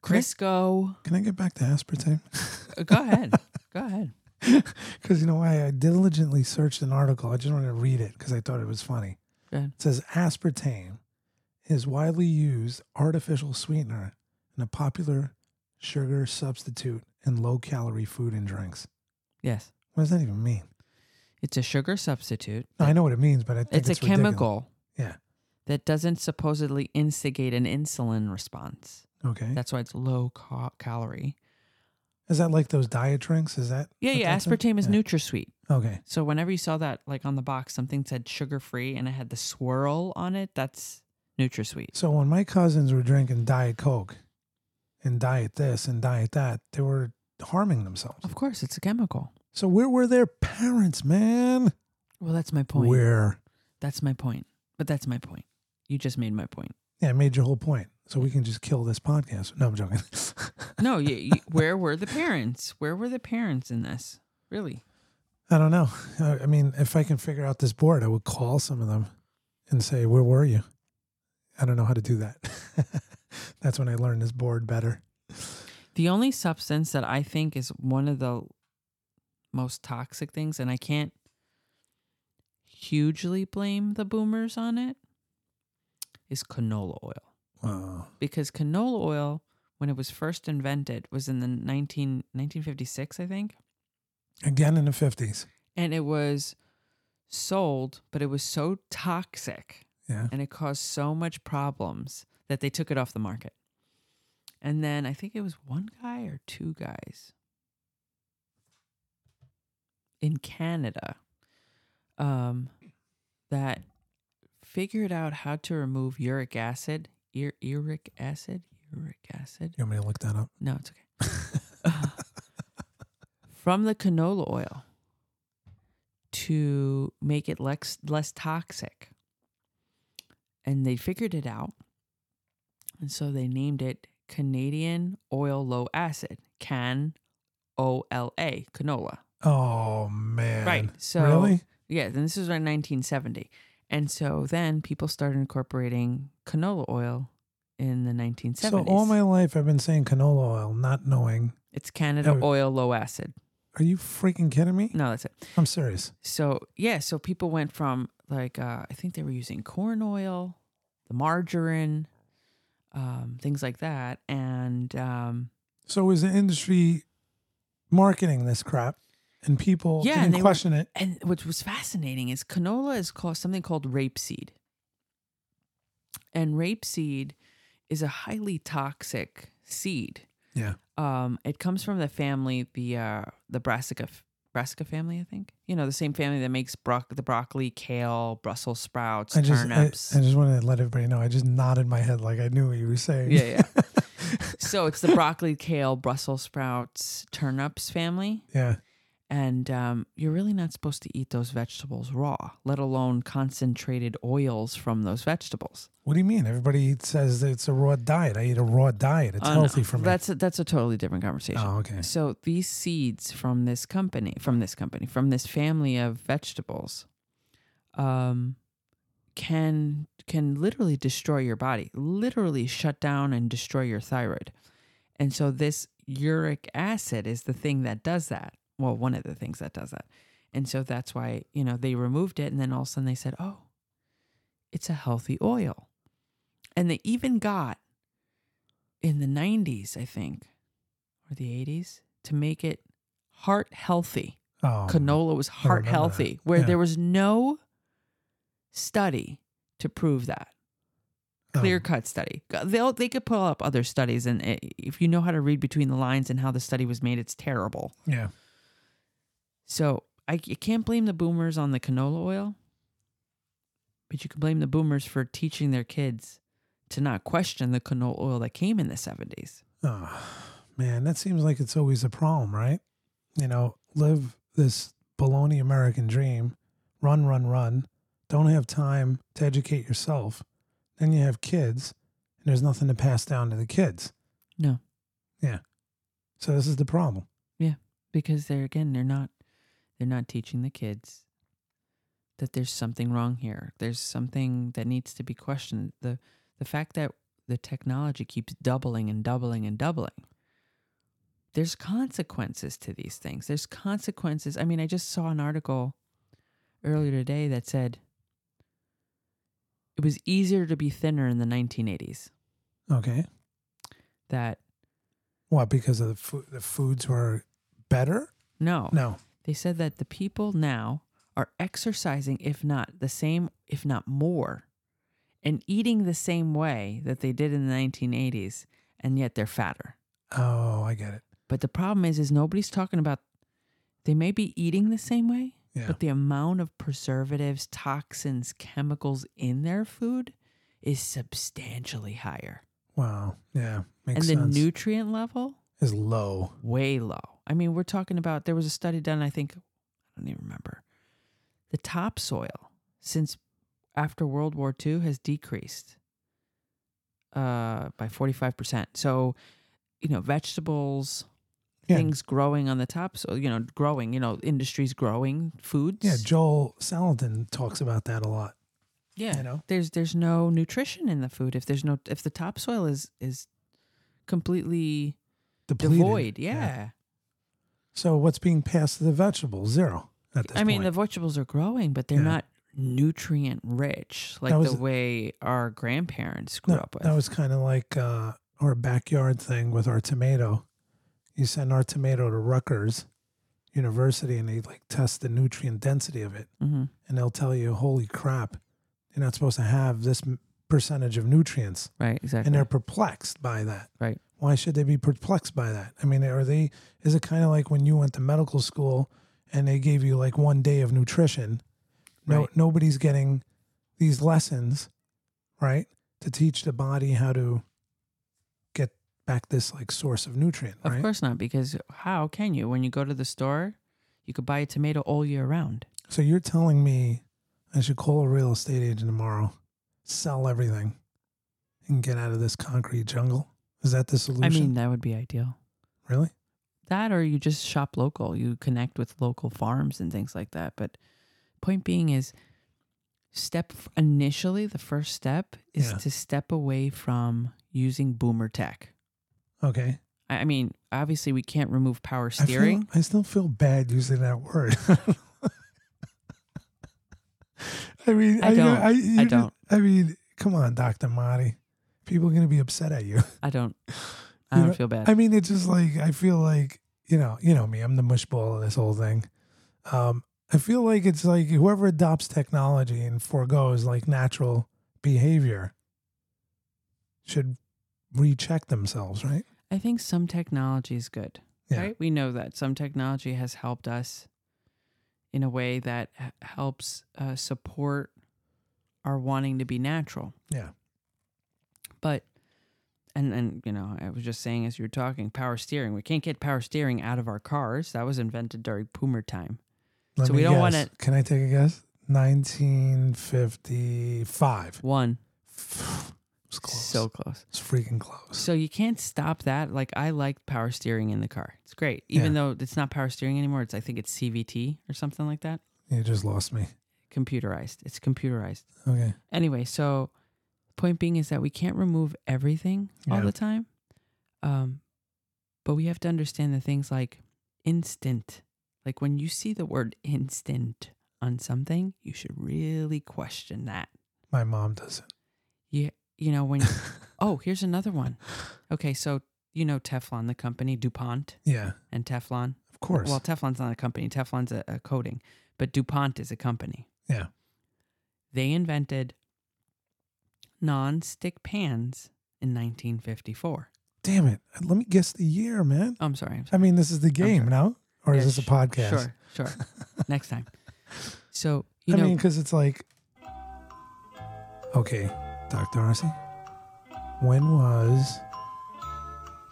A: Can I-
B: Crisco,
A: Can I get back to aspartame?
B: Uh, go ahead, go ahead.
A: Because you know why I diligently searched an article. I just wanted to read it because I thought it was funny.
B: Go ahead.
A: It says aspartame is widely used artificial sweetener and a popular sugar substitute in low-calorie food and drinks.
B: Yes.
A: What does that even mean?
B: It's a sugar substitute.
A: No, I know what it means, but I think
B: It's,
A: it's,
B: a
A: ridiculous.
B: chemical
A: Yeah.
B: that doesn't supposedly instigate an insulin response.
A: Okay.
B: That's why it's low ca- calorie.
A: Is that like those diet drinks? Is that
B: Yeah,
A: what
B: yeah.
A: that's in?
B: Aspartame is
A: Yeah.
B: NutraSweet.
A: Okay,
B: So whenever you saw that, like on the box, something said sugar free and it had the swirl on it, that's NutraSweet.
A: so when my cousins were drinking diet coke, and diet this and diet that, they were harming themselves.
B: Of course, it's a chemical.
A: So where were their parents, man?
B: Well, that's my point.
A: Where?
B: That's my point. But that's my point. You just made my point.
A: Yeah, I made your whole point. So we can just kill this podcast. No, I'm joking.
B: No, you, you, where were the parents? Where were the parents in this? Really?
A: I don't know. I, I mean, if I can figure out this board, I would call some of them and say, "Where were you?" I don't know how to do that. That's when I learned this board better.
B: The only substance that I think is one of the most toxic things, and I can't hugely blame the boomers on it, is canola oil.
A: Wow.
B: Because canola oil, when it was first invented, was in the 19, 1956, I think.
A: Again in the fifties.
B: And it was sold, but it was so toxic
A: Yeah.
B: and it caused so much problems that they took it off the market. And then I think it was one guy or two guys in Canada um, that figured out how to remove uric acid, ur- uric acid, uric acid.
A: You want me to look that up?
B: No, it's okay. Uh, From the canola oil to make it less less toxic. and they figured it out. And so they named it Canadian Oil Low Acid, CAN OLA, canola.
A: Oh man.
B: Right. So
A: really?
B: yeah, and this is around 1970. And so then people started incorporating canola oil in the 1970s.
A: So all my life I've been saying canola oil, not knowing.
B: it's Canada
A: Oh.
B: oil low acid.
A: Are you freaking kidding me?
B: No, that's it.
A: I'm serious.
B: So yeah, so people went from like uh, I think they were using corn oil, the margarine, um, things like that, and um,
A: So is the industry marketing this crap, and people
B: Yeah,
A: didn't
B: and they were-
A: question it?
B: and what was fascinating is canola is called something called rapeseed, and rapeseed is a highly toxic seed.
A: Yeah.
B: Um, it comes from the family the uh, the brassica f- brassica family, I think. You know, the same family that makes bro- the broccoli, kale, Brussels sprouts,
A: I just I, I
B: turnips.
A: just wanted to let everybody know. I just nodded my head like I knew what you were saying.
B: Yeah, so it's the broccoli, kale, Brussels sprouts, turnips family,
A: yeah.
B: and um, you're really not supposed to eat those vegetables raw, let alone concentrated oils from those vegetables.
A: What do you mean? Everybody says that it's a raw diet. I eat a raw diet. It's
B: Oh, no.
A: healthy for me.
B: That's a, that's a totally different conversation.
A: oh, okay.
B: So these seeds from this company, from this company, from this family of vegetables, um, can can literally destroy your body, literally shut down and destroy your thyroid. And so this uric acid is the thing that does that. Well, one of the things that does that. And so that's why, you know, they removed it and then all of a sudden they said, "Oh, it's a healthy oil." And they even got in the 90s, I think, or the 80s to make it heart healthy.
A: Oh,
B: Canola was heart
A: remember
B: healthy,
A: that.
B: where
A: Yeah.
B: there was no study to prove that.
A: oh,
B: Clear cut study. They'll they could pull up other studies, and i if you know how to read between the lines and how the study was made, it's terrible.
A: Yeah.
B: So I you can't blame the boomers on the canola oil, but you can blame the boomers for teaching their kids to not question the canola oil that came in the seventies.
A: Oh, man, that seems like it's always a problem, right? You know, live this baloney American dream, run, run, run. Don't have time to educate yourself. Then you have kids, and there's nothing to pass down to the kids.
B: No.
A: Yeah. So this is the problem.
B: because they're again they're not they're not teaching the kids that there's something wrong here there's something that needs to be questioned the the fact that the technology keeps doubling and doubling and doubling there's consequences to these things there's consequences i mean i just saw an article earlier today that said it was easier to be thinner in the 1980s
A: Okay.
B: that
A: What? Because of the food, the foods were better?
B: no
A: No.
B: They said that the people now are exercising, if not the same, if not more, and eating the same way that they did in the 1980s, and yet they're fatter.
A: Oh, I get it.
B: But the problem is, is nobody's talking about. They may be eating the same way,
A: Yeah.
B: but the amount of preservatives, toxins, chemicals in their food is substantially higher,
A: Wow. Yeah. Makes
B: and the
A: sense.
B: nutrient level
A: is low.
B: way low. I mean, we're talking about there was a study done, I think, I don't even remember. The topsoil since after World War II has decreased uh, by 45%. So, you know, vegetables,
A: Yeah.
B: things growing on the topsoil, you know, growing, you know, industries growing, foods.
A: Yeah. Joel Salatin talks about that a lot.
B: yeah.
A: you know?
B: There's there's no nutrition in the food if there's no if the topsoil is is completely
A: Depleted.
B: devoid. yeah.
A: So what's being passed to the vegetables? Zero at this
B: I mean, the
A: point.
B: vegetables are growing, but they're
A: Yeah.
B: not nutrient rich like
A: That was-
B: the way our grandparents grew
A: No,
B: up with.
A: that was kind of like uh, our backyard thing with our tomato. You send our tomato to Rutgers University and they like test the nutrient density of it,
B: hmm
A: and they'll tell you, "Holy crap, you're not supposed to have this m- percentage of nutrients,"
B: Right, exactly.
A: and they're perplexed by that.
B: Right.
A: Why should they be perplexed by that? I mean, are they? Is it kind of like when you went to medical school and they gave you like one day of nutrition? No,
B: Right.
A: nobody's getting these lessons, right? To teach the body how to get back this like source of nutrient,
B: of
A: right?
B: course not, because how can you? When you go to the store, you could buy a tomato all year round.
A: So you're telling me I should call a real estate agent tomorrow, sell everything and get out of this concrete jungle? Is that the solution?
B: I mean, that would be ideal.
A: really?
B: That or you just shop local. You connect with local farms and things like that. But point being is step initially the first step is
A: Yeah.
B: to step away from using boomer tech.
A: Okay.
B: I I mean, obviously we can't remove power
A: I feel-
B: steering.
A: I, still feel bad using that word. I mean,
B: I
A: you know,
B: don't.
A: I, you
B: I
A: just-
B: don't.
A: I mean, come on, Doctor Marty. People are gonna be upset at you.
B: I don't I
A: You
B: don't
A: know,
B: feel bad.
A: I mean, it's just like I feel like you know, you know me. I'm the mushball of this whole thing. Um, I feel like it's like whoever adopts technology and foregoes like natural behavior should recheck themselves, right?
B: I think some technology is good,
A: Yeah.
B: right? We know that some technology has helped us in a way that h- helps uh, support our wanting to be natural.
A: Yeah.
B: But and and you know, I was just saying as you were talking, power steering. We can't get power steering out of our cars. That was invented during Boomer time. So we don't wanna-
A: Can I take a guess? 1955.
B: One,
A: It's close.
B: so close.
A: it's freaking close.
B: So you can't stop that. Like I like power steering in the car. It's great, even though it's not power steering anymore. It's I think it's CVT or something like that.
A: You just lost me.
B: Computerized. It's computerized.
A: Okay.
B: anyway, so point being is that we can't remove everything all
A: Yeah.
B: the time. Um, but we have to understand the things like instant. Like when you see the word instant on something, you should really question that.
A: My mom doesn't.
B: You you know when oh, here's another one. Okay, so you know Teflon, the company DuPont
A: Yeah,
B: and Teflon.
A: of course.
B: Well, Teflon's not a company. Teflon's a, a coating, but DuPont is a company.
A: Yeah.
B: They invented non-stick pans in 1954.
A: Damn it. Let me guess the year, man.
B: Oh, I'm sorry. I'm
A: I
B: sorry.
A: mean, this is the game, no? Or is
B: Yeah,
A: this a
B: sh-
A: podcast?
B: Sure, sure. Next time. So, you
A: I
B: know,
A: mean, because it's like, okay, Dr. Arcee, when was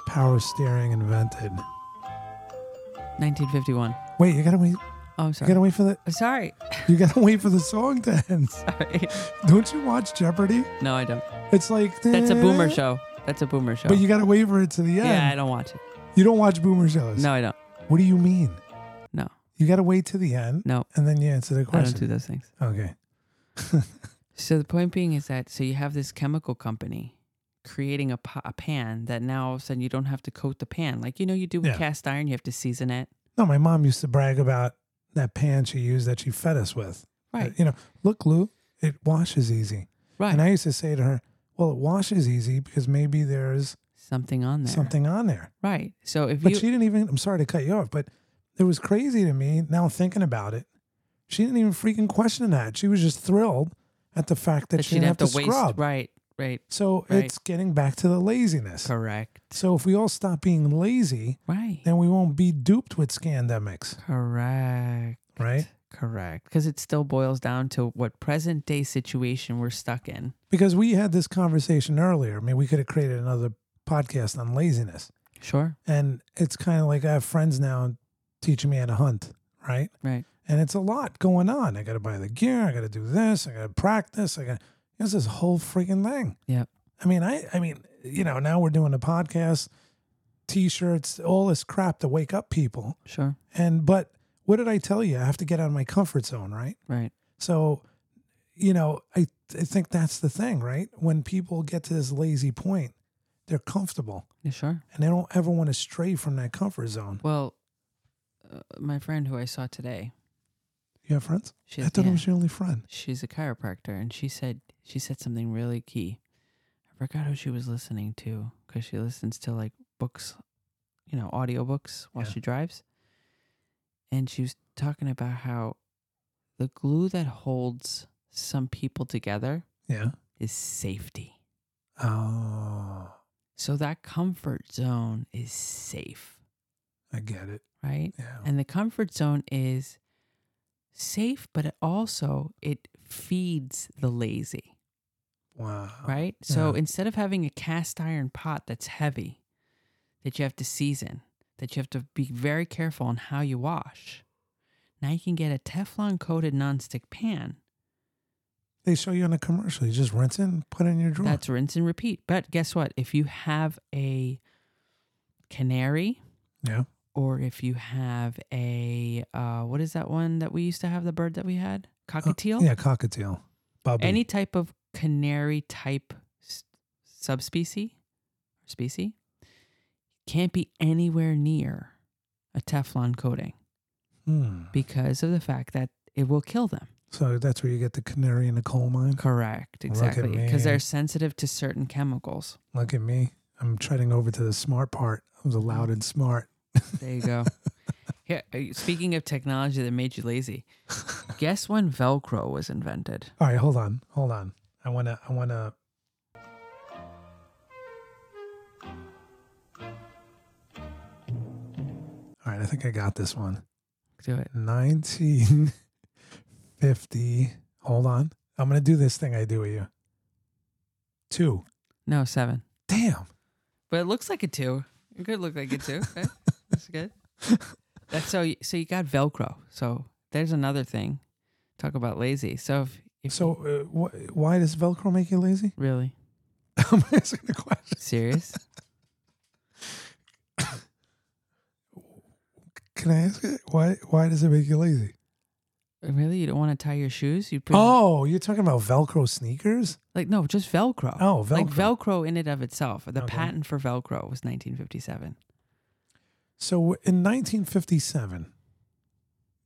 A: power steering invented?
B: 1951.
A: Wait, you gotta wait.
B: Oh, I'm
A: You
B: sorry.
A: gotta wait for the.
B: I'm sorry.
A: You gotta wait for the song to end.
B: Sorry.
A: Don't you watch Jeopardy?
B: No, I don't.
A: It's like eh,
B: That's a boomer show. That's a boomer show.
A: But you gotta wait for it to the end.
B: yeah, I don't watch it.
A: You don't watch boomer shows.
B: No, I don't.
A: What do you mean?
B: No.
A: You gotta wait to the end.
B: No.
A: And then you answer the
B: I don't do
A: question.
B: those things.
A: okay.
B: So the point being is that so you have this chemical company creating a, pa- a pan that now all of a sudden you don't have to coat the pan like you know you do with
A: Yeah.
B: cast iron. You have to season it.
A: No, my mom used to brag about that pan she used that she fed us with. Uh,
B: Right.
A: You know, look, Lou, it washes easy.
B: Right.
A: And I used to say to her, well, it washes easy because maybe there's
B: something on there.
A: something on there.
B: Right. So if
A: But
B: you
A: she didn't even, I'm sorry to cut you off, but it was crazy to me now thinking about it. She didn't even freaking question that. She was just thrilled at the fact that,
B: that
A: she
B: she'd
A: didn't
B: have to, waste.
A: scrub.
B: Right. Right.
A: So
B: Right.
A: it's getting back to the laziness.
B: Correct.
A: So if we all stop being lazy,
B: Right.
A: then we won't be duped with scandemics,
B: Correct.
A: right?
B: Correct. Because it still boils down to what present day situation we're stuck in.
A: Because we had this conversation earlier. I mean, we could have created another podcast on laziness.
B: Sure.
A: And it's kind of like I have friends now teaching me how to hunt, right?
B: Right.
A: And it's a lot going on. I got to buy the gear. I got to do this. I got to practice. I got it's this whole freaking thing.
B: Yep.
A: I mean, I I mean, you know, now we're doing a podcast, t-shirts, all this crap to wake up people.
B: Sure.
A: And but what did I tell you? I have to get out of my comfort zone, right?
B: Right.
A: So, you know, I, I think that's the thing, right? When people get to this lazy point, they're comfortable
B: Yeah, sure.
A: and they don't ever want to stray from that comfort zone.
B: Well, uh, my friend who I saw today,
A: You have friends?
B: she,
A: I thought it
B: yeah,
A: was your only friend.
B: she's a chiropractor, and she said she said something really key. I forgot who she was listening to because she listens to like books, you know, audiobooks while
A: Yeah.
B: she drives. And she was talking about how the glue that holds some people together
A: Yeah.
B: is safety.
A: Oh,
B: So that comfort zone is safe,
A: I get it.
B: right?
A: Yeah.
B: And the comfort zone is safe, but it also it feeds the lazy,
A: Wow.
B: right? So
A: Oh, yeah.
B: instead of having a cast iron pot that's heavy that you have to season, that you have to be very careful on how you wash, now you can get a Teflon coated nonstick pan
A: they show you in a commercial. You just rinse it and put it in your drawer.
B: That's rinse and repeat. But guess what? If you have a canary
A: yeah.
B: or if you have a uh, what is that one that we used to have the bird that we had? Cockatiel?
A: Uh, Yeah, cockatiel. Bobby.
B: Any type of canary type s- subspecies or species can't be anywhere near a Teflon coating
A: Hmm.
B: because of the fact that it will kill them.
A: So that's where you get the canary in the coal mine.
B: Correct,
A: Look at
B: exactly,
A: me.
B: because they're sensitive to certain chemicals.
A: Look at me. I'm treading over to the smart part. I was loud and smart.
B: There you go. Here, uh, speaking of technology that made you lazy, guess when Velcro was invented?
A: All right, hold on, hold on. I wanna, I wanna. All right, I think I got this one.
B: Do it.
A: 1950. Hold on. I'm going to do this thing I do with you. Two.
B: No, seven.
A: Damn.
B: But it looks like a two. It could look like a two. Okay. That's good. That's so. So you got Velcro. So there's another thing. Talk about lazy. So if, if
A: So, uh, wh- why does Velcro make you lazy?
B: really
A: I'm asking the question.
B: serious,
A: Can I ask it? Why Why does it make you lazy?
B: really you don't want to tie your shoes, you put
A: Oh, you're talking about Velcro sneakers?
B: like no, just Velcro.
A: Oh, Velcro.
B: Like Velcro in and of itself. The
A: Okay.
B: patent for Velcro was 1957.
A: So, in 1957,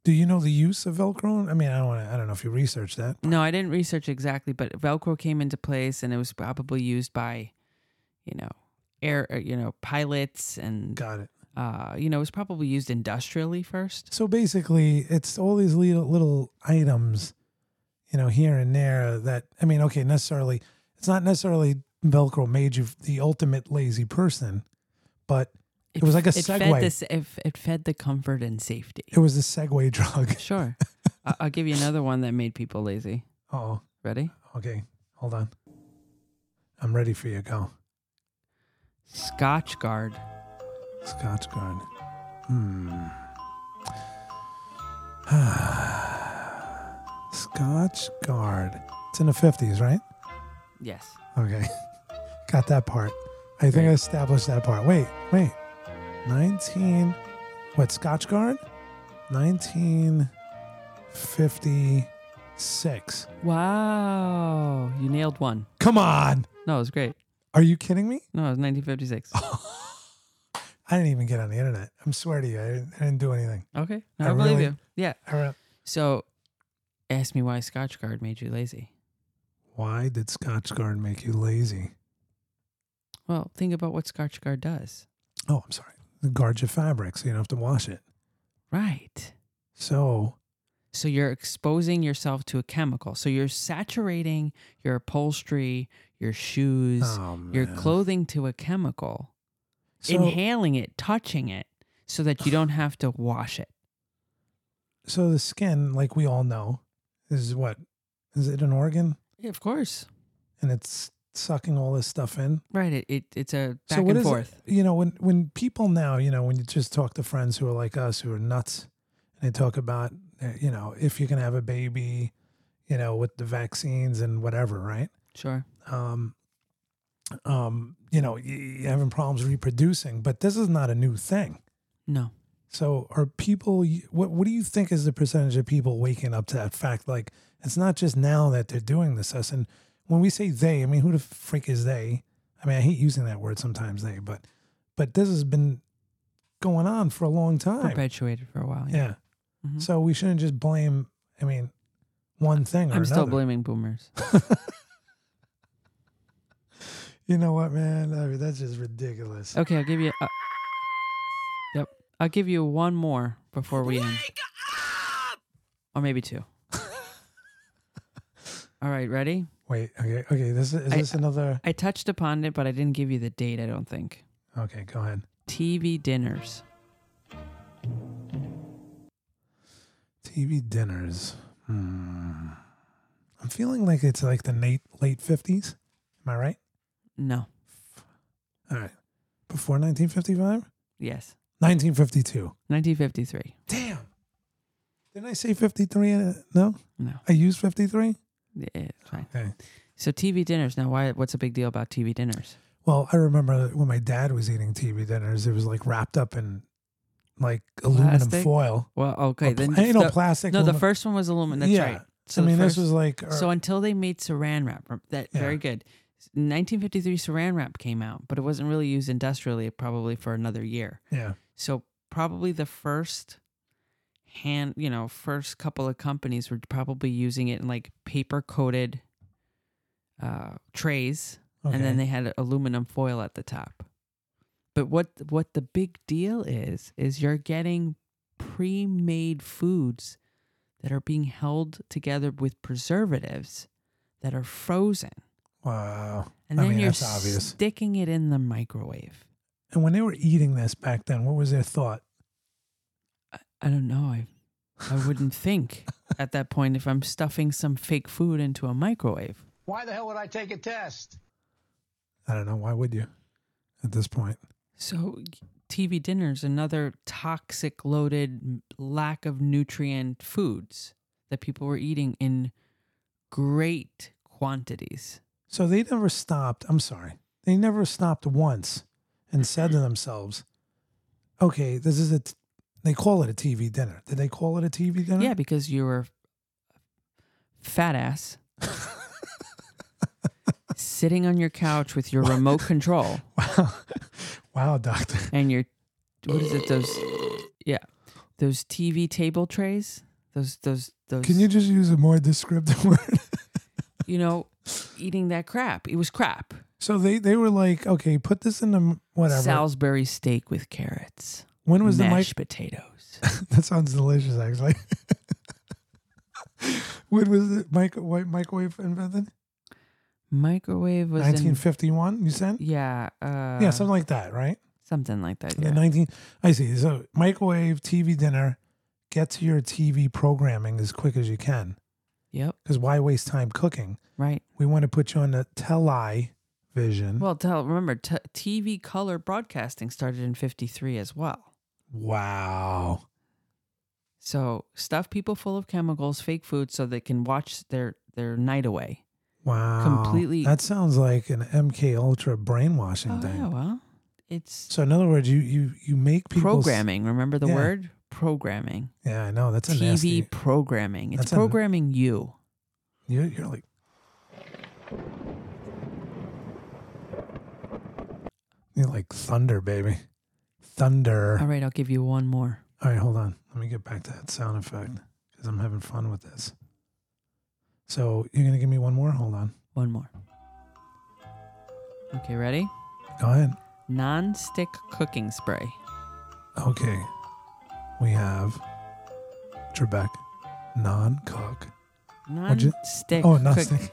A: do you know the use of Velcro? I mean, I don't, wanna, I don't know if you researched that.
B: No, I didn't research exactly, but Velcro came into place, and it was probably used by, you know, air, uh, you know, pilots, and
A: Got it.
B: uh, you know, it was probably used industrially first.
A: So basically, it's all these little little items, you know, here and there. That I mean, okay, necessarily, it's not necessarily Velcro made you the ultimate lazy person, but It was like a
B: it
A: segue.
B: Fed this, it, it fed the comfort and safety.
A: it was a segue drug.
B: Sure, I- I'll give you another one that made people lazy.
A: Oh,
B: Ready?
A: okay, hold on. I'm ready for you. Go,
B: Scotch guard.
A: Scotch guard. Hmm. Scotch guard. It's in the fifties, right?
B: Yes.
A: Okay. Got that part. I think I
B: Right.
A: established that part. Wait, wait. 19. What, Scotch Guard? 1956.
B: Wow, you nailed one.
A: Come on.
B: No, it was great.
A: Are you kidding me?
B: No, it was 1956.
A: I didn't even get on the internet. I'm swear to you, I didn't, I didn't do anything.
B: Okay, no,
A: Oh, I
B: I, believe
A: really-
B: you. Yeah.
A: I re-
B: So, ask me why Scotch guard made you lazy.
A: Why did Scotch Guard make you lazy?
B: Well, think about what Scotch Guard does.
A: Oh, I'm sorry. Guard your fabric so you don't have to wash it.
B: Right.
A: So,
B: So you're exposing yourself to a chemical. So you're saturating your upholstery, your shoes,
A: oh,
B: your
A: man.
B: clothing to a chemical,
A: So-
B: inhaling it, touching it, so that you don't have to wash it.
A: so the skin, like we all know, is what is it an organ,
B: of course.
A: and it's sucking all this stuff in.
B: Right. It, it it's a back
A: what
B: and
A: is
B: forth.
A: It, you know, when when people now, you know, when you just talk to friends who are like us, who are nuts, and they talk about, uh, you know, if you can have a baby, you know, with the vaccines and whatever, right?
B: Sure.
A: Um, um, you know, y- y- having problems reproducing, but this is not a new thing.
B: No.
A: So are people what what do you think is the percentage of people waking up to that fact like it's not just now that they're doing this us and when we say they I mean who the freak is they I mean I hate using that word sometimes they but but this has been going on for a long time
B: Perpetuated for a while. Yeah.
A: yeah
B: Mhm.
A: so we shouldn't just blame I mean one thing or
B: I'm
A: another
B: still blaming boomers.
A: you know what man I mean, that's just ridiculous
B: Okay, I'll give you. A, yep, I'll give you one more before we end, or maybe two. All right, ready?
A: wait okay okay this is, is
B: I-
A: this another
B: I touched upon it, but I didn't give you the date. I don't think
A: okay go ahead
B: TV dinners.
A: TV dinners. Hmm. I'm feeling like it's like the late late fifties. Am I right?
B: No.
A: All right. Before 1955,
B: Yes.
A: 1952.
B: 1953.
A: Damn. Didn't I say 53? Uh, No,
B: No.
A: I used 53.
B: Yeah, it's fine.
A: Okay.
B: So TV dinners. Now, why? What's a big deal about TV dinners?
A: Well, I remember when my dad was eating TV dinners, it was like wrapped up in like aluminum
B: Plastic?
A: foil.
B: Well, okay,
A: Or
B: then
A: pla- you know,
B: the-
A: plastic.
B: No, the
A: aluminum-
B: first one was aluminum. That's
A: Yeah.
B: right.
A: I
B: the
A: mean,
B: first-
A: this was like or-
B: so until they made saran wrap. rem- That
A: Yeah.
B: very good. 1953 saran wrap came out, but it wasn't really used industrially probably for another year.
A: yeah,
B: So probably the first hand, you know, first couple of companies were probably using it in like paper coated uh, trays,
A: okay.
B: and then they had aluminum foil at the top. But what what the big deal is is you're getting pre-made foods that are being held together with preservatives that are frozen,
A: wow.
B: and
A: I
B: then
A: mean,
B: you're
A: that's obvious.
B: sticking it in the microwave.
A: And when they were eating this back then, what was their thought?
B: I don't know. I I wouldn't think at that point if I'm stuffing some fake food into a microwave.
D: Why the hell would I take a test?
A: I don't know. Why would you? At this point,
B: So TV dinners another toxic loaded m- lack of nutrient foods that people were eating in great quantities.
A: so they never stopped. I'm sorry, they never stopped once and said
B: Mm-hmm.
A: to themselves, "Okay, this is a." T- they call it a TV dinner. Did they call it a TV dinner?
B: Yeah, because you were fat ass sitting on your couch with your remote control
A: Wow, wow, doctor.
B: and your what is it those yeah those TV table trays those those those
A: Can you just use a more descriptive word?
B: you know eating that crap it was crap
A: so they they were like, okay, put this in the m- whatever.
B: Salisbury steak with carrots
A: when was the mic?
B: mashed potatoes
A: That sounds delicious, actually. when was the micro- white microwave invented?
B: microwave was in
A: 1951. You said,
B: yeah uh,
A: yeah, something like that, right?
B: something like that
A: And
B: yeah.
A: then 19. I see. So microwave TV dinner. Get to your TV programming as quick as you can,
B: yep
A: because why waste time cooking?
B: right
A: We want to put you on the television.
B: well tell remember t- TV color broadcasting started in 53 as well
A: wow.
B: so stuff people full of chemicals fake food so they can watch their their night away
A: Wow.
B: Completely-
A: That sounds like an MK Ultra brainwashing
B: oh
A: thing.
B: yeah well it's
A: So in other words, you you you make people s-
B: programming remember the
A: Yeah.
B: word programming
A: Yeah, I know that's a
B: TV
A: nasty.
B: programming. It's
A: That's a-
B: programming you.
A: You're, you're like you're like thunder, baby, thunder.
B: All right, I'll give you one more.
A: All right, hold on. Let me get back to that sound effect because I'm having fun with this. So you're gonna give me one more. Hold on.
B: One more. Okay, ready?
A: Go ahead.
B: Non-stick cooking spray.
A: Okay. We have Trebek, non-cook. What'd you-
B: Non-stick.
A: Oh,
B: cook-
A: non-stick.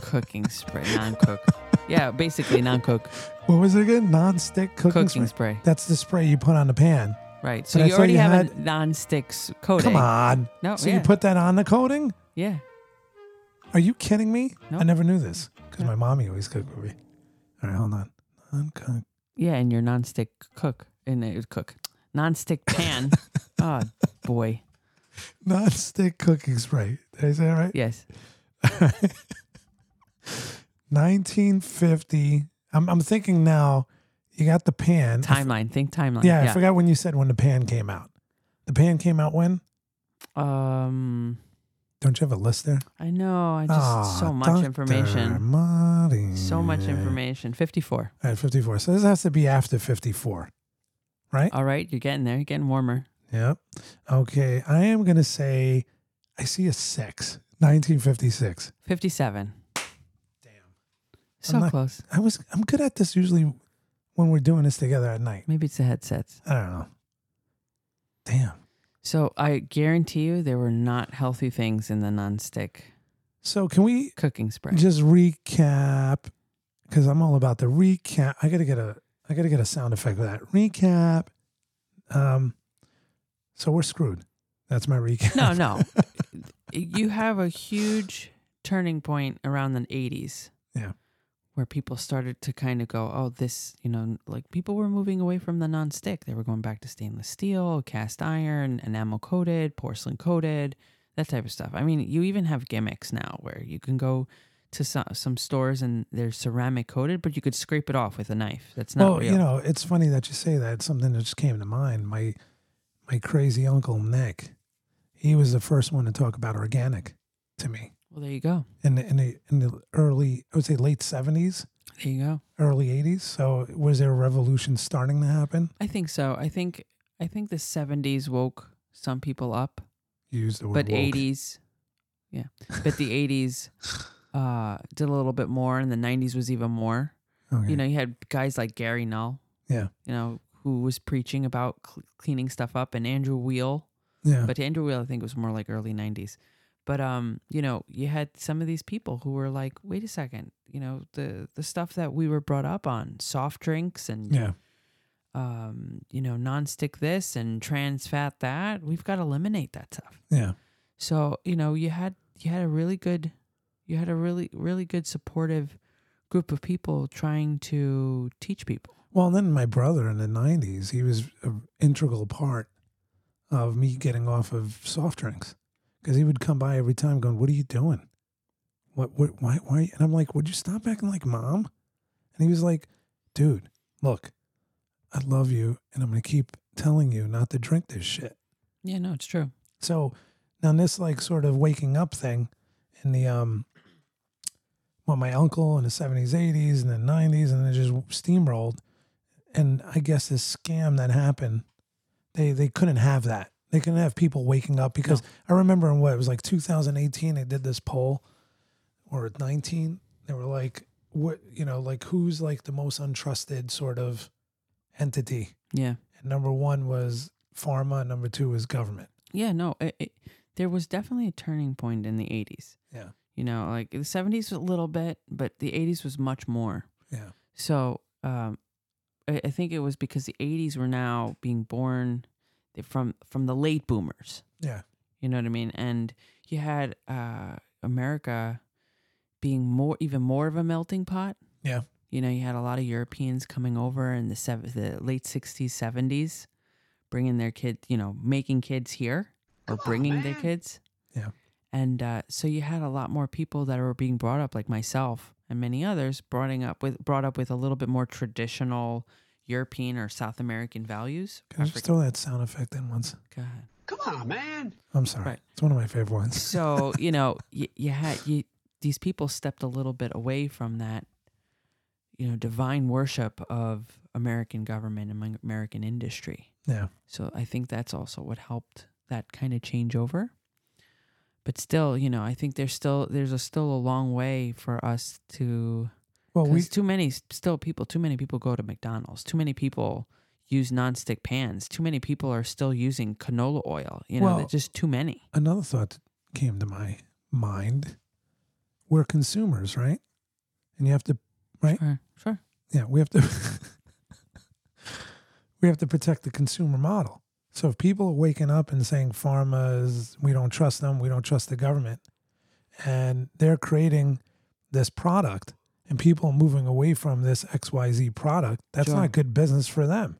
B: cooking spray. Non-cook. yeah, basically non-cook
A: What was it again? Non-stick cooking,
B: cooking
A: spray.
B: spray.
A: That's the spray you put on the pan.
B: Right. So
A: But I
B: you
A: thought
B: already
A: you
B: have
A: had-
B: a non-stick s- coating.
A: Come on.
B: No.
A: so
B: yeah.
A: you put that on the coating?
B: Yeah.
A: Are you kidding me?
B: No.
A: I never knew this because
B: No.
A: my mommy always cooked with me. All right, hold on. Non-cook.
B: Yeah, in your non-stick cook. In a cook. Non-stick pan. oh boy.
A: Non-stick cooking spray. Did I say that right?
B: Yes.
A: 1950. I'm, I'm thinking now, you got the pan.
B: Timeline. Think timeline.
A: Yeah, I forgot when you said when the pan came out. The pan came out when?
B: Um.
A: Don't you have a list there?
B: I know. I just so
A: Ah,
B: much
A: Dr.
B: information.
A: Marty.
B: So much information. 54.
A: All right, 54. So this has to be after 54, right?
B: All right, you're getting there. You're getting warmer.
A: Yep. Okay. I am going to say I see a six, 1956.
B: 57.
A: Damn.
B: So
A: not-
B: close.
A: I was, I'm good at this usually when we're doing this together at night.
B: Maybe it's the headsets.
A: I don't know. Damn.
B: So I guarantee you there were not healthy things in the nonstick
A: So can we
B: cooking spray.
A: just recap? Because I'm all about the recap. I got to get a, I got to get a sound effect for that. Recap. Um, so we're screwed. That's my recap.
B: no, no. you have a huge turning point around the 80s.
A: Yeah.
B: Where people started to kind of go, oh, this, you know, like people were moving away from the nonstick. They were going back to stainless steel, cast iron, enamel coated, porcelain coated. that type of stuff. I mean, you even have gimmicks now where you can go to some, some stores and they're ceramic coated, but you could scrape it off with a knife. That's not
A: well,
B: real.
A: you know, it's funny that you say that. It's something that just came to mind. My my crazy uncle Nick, he was the first one to talk about organic to me
B: well, there you go.
A: in the, in the in the early, I would say late seventies,
B: There you go.
A: early eighties. So was there a revolution starting to happen?
B: I think so. I think I think the seventies woke some people up,
A: You used the word
B: but
A: woke.
B: eighties, yeah, but the eighties uh, did a little bit more, and the nineties was even more.
A: Okay.
B: You know, you had guys like Gary Null,
A: Yeah.
B: you know, who was preaching about cl- cleaning stuff up, and Andrew Wheel,
A: yeah.
B: but Andrew Wheel I think was more like early nineties. But um, you know, you had some of these people who were like, "Wait a second, you know, the the stuff that we were brought up on, soft drinks and
A: yeah.
B: um, you know, nonstick this and trans fat that. We've got to eliminate that stuff.
A: Yeah.
B: So, you know, you had you had a really good you had a really really good supportive group of people trying to teach people.
A: Well, then my brother in the '90s, he was an integral part of me getting off of soft drinks because he would come by every time, going, "What are you doing? What? What? Why? Why?" And I'm like, "Would you stop acting like mom?" And he was like, "Dude, look, I love you, and I'm gonna keep telling you not to drink this shit."
B: Yeah, no, it's true.
A: So now this like sort of waking up thing in the um well my uncle in the seventies, eighties, and the nineties, and then it just steamrolled. And I guess this scam that happened, they they couldn't have that. They couldn't have people waking up because I remember in what it was like 2018 they did this poll or 19 they were like what you know like who's like the most untrusted sort of entity
B: Yeah.
A: and number one was pharma and number two was government
B: Yeah, no, it, it, there was definitely a turning point in the 80s.
A: Yeah.
B: You know, like the 70s was a little bit, but the 80s was much more.
A: Yeah.
B: So um, I, I think it was because the 80s were now being born from from the late boomers.
A: Yeah.
B: You know what I mean? And you had uh, America being more, even more of a melting pot.
A: Yeah.
B: You know, you had a lot of Europeans coming over in the, sev- the late 60s, 70s, bringing their kids, you know, making kids here or bringing their kids.
A: Yeah.
B: And uh, so you had a lot more people that were being brought up, like myself and many others, brought up with brought up with a little bit more traditional European or South American values.
A: Can I just throw that sound effect in once?
B: God.
D: Come on, man.
A: I'm sorry.
B: Right.
A: It's one of my favorite ones.
B: so you know you, you had you, these people stepped a little bit away from that you know divine worship of american government and Amer- american industry
A: Yeah.
B: so i think that's also what helped that kind of change over but still you know i think there's still there's a still a long way for us to
A: Well, we
B: because too many s- still people too many people go to mcdonald's too many people use nonstick pans too many people are still using canola oil you know
A: Well-
B: there's just too many
A: another thought came to my mind. We're consumers, right? And you have to Right.
B: sure sure
A: yeah, we have to we have to protect the consumer model. So if people are waking up and saying pharma is we don't trust them, we don't trust the government, and they're creating this product and people are moving away from this XYZ product, that's
B: Sure.
A: not good business for them.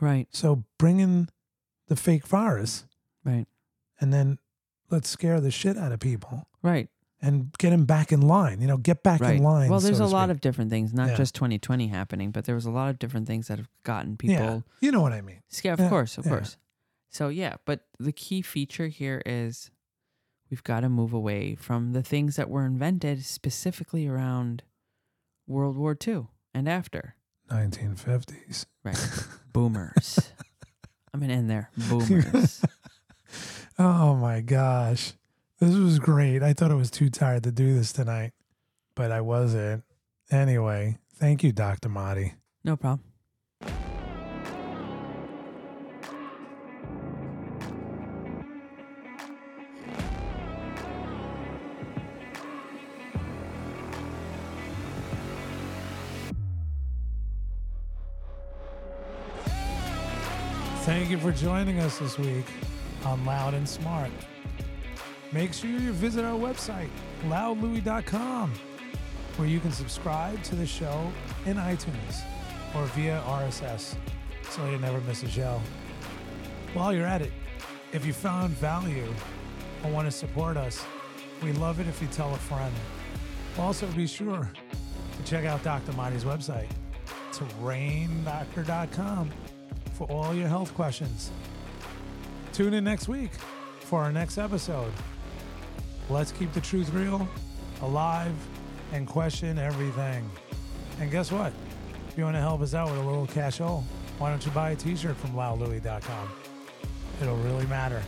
B: right
A: So bringing the fake virus
B: right
A: and then let's scare the shit out of people
B: Right.
A: and get them back in line. You know, get back
B: right.
A: in line.
B: well,
A: so
B: there's
A: to
B: a lot
A: speak.
B: of different things, not
A: Yeah.
B: just 2020 happening, but there was a lot of different things that have gotten people
A: Yeah, you know what I mean.
B: scared. Of
A: Yeah,
B: course, of
A: yeah.
B: course. So yeah, but the key feature here is we've got to move away from the things that were invented specifically around World War II and after.
A: 1950s.
B: Right. Boomers. I'm gonna end there. Boomers.
A: Oh my gosh, this was great. I thought I was too tired to do this tonight, but I wasn't. Anyway, thank you, Doctor Motti.
B: no problem.
A: Thank you for joining us this week on Loud and Smart. Make sure you visit our website, loudlouie.com, where you can subscribe to the show in iTunes or via RSS so you never miss a show. While you're at it, if you found value and want to support us, we love it if you tell a friend. Also, be sure to check out Dr. Marty's website, terraindoctor.com, for all your health questions. Tune in next week for our next episode. Let's keep the truth real, alive, and question everything. And guess what? If you want to help us out with a little cash hole, why don't you buy a t shirt from wowlouie.com? It'll really matter.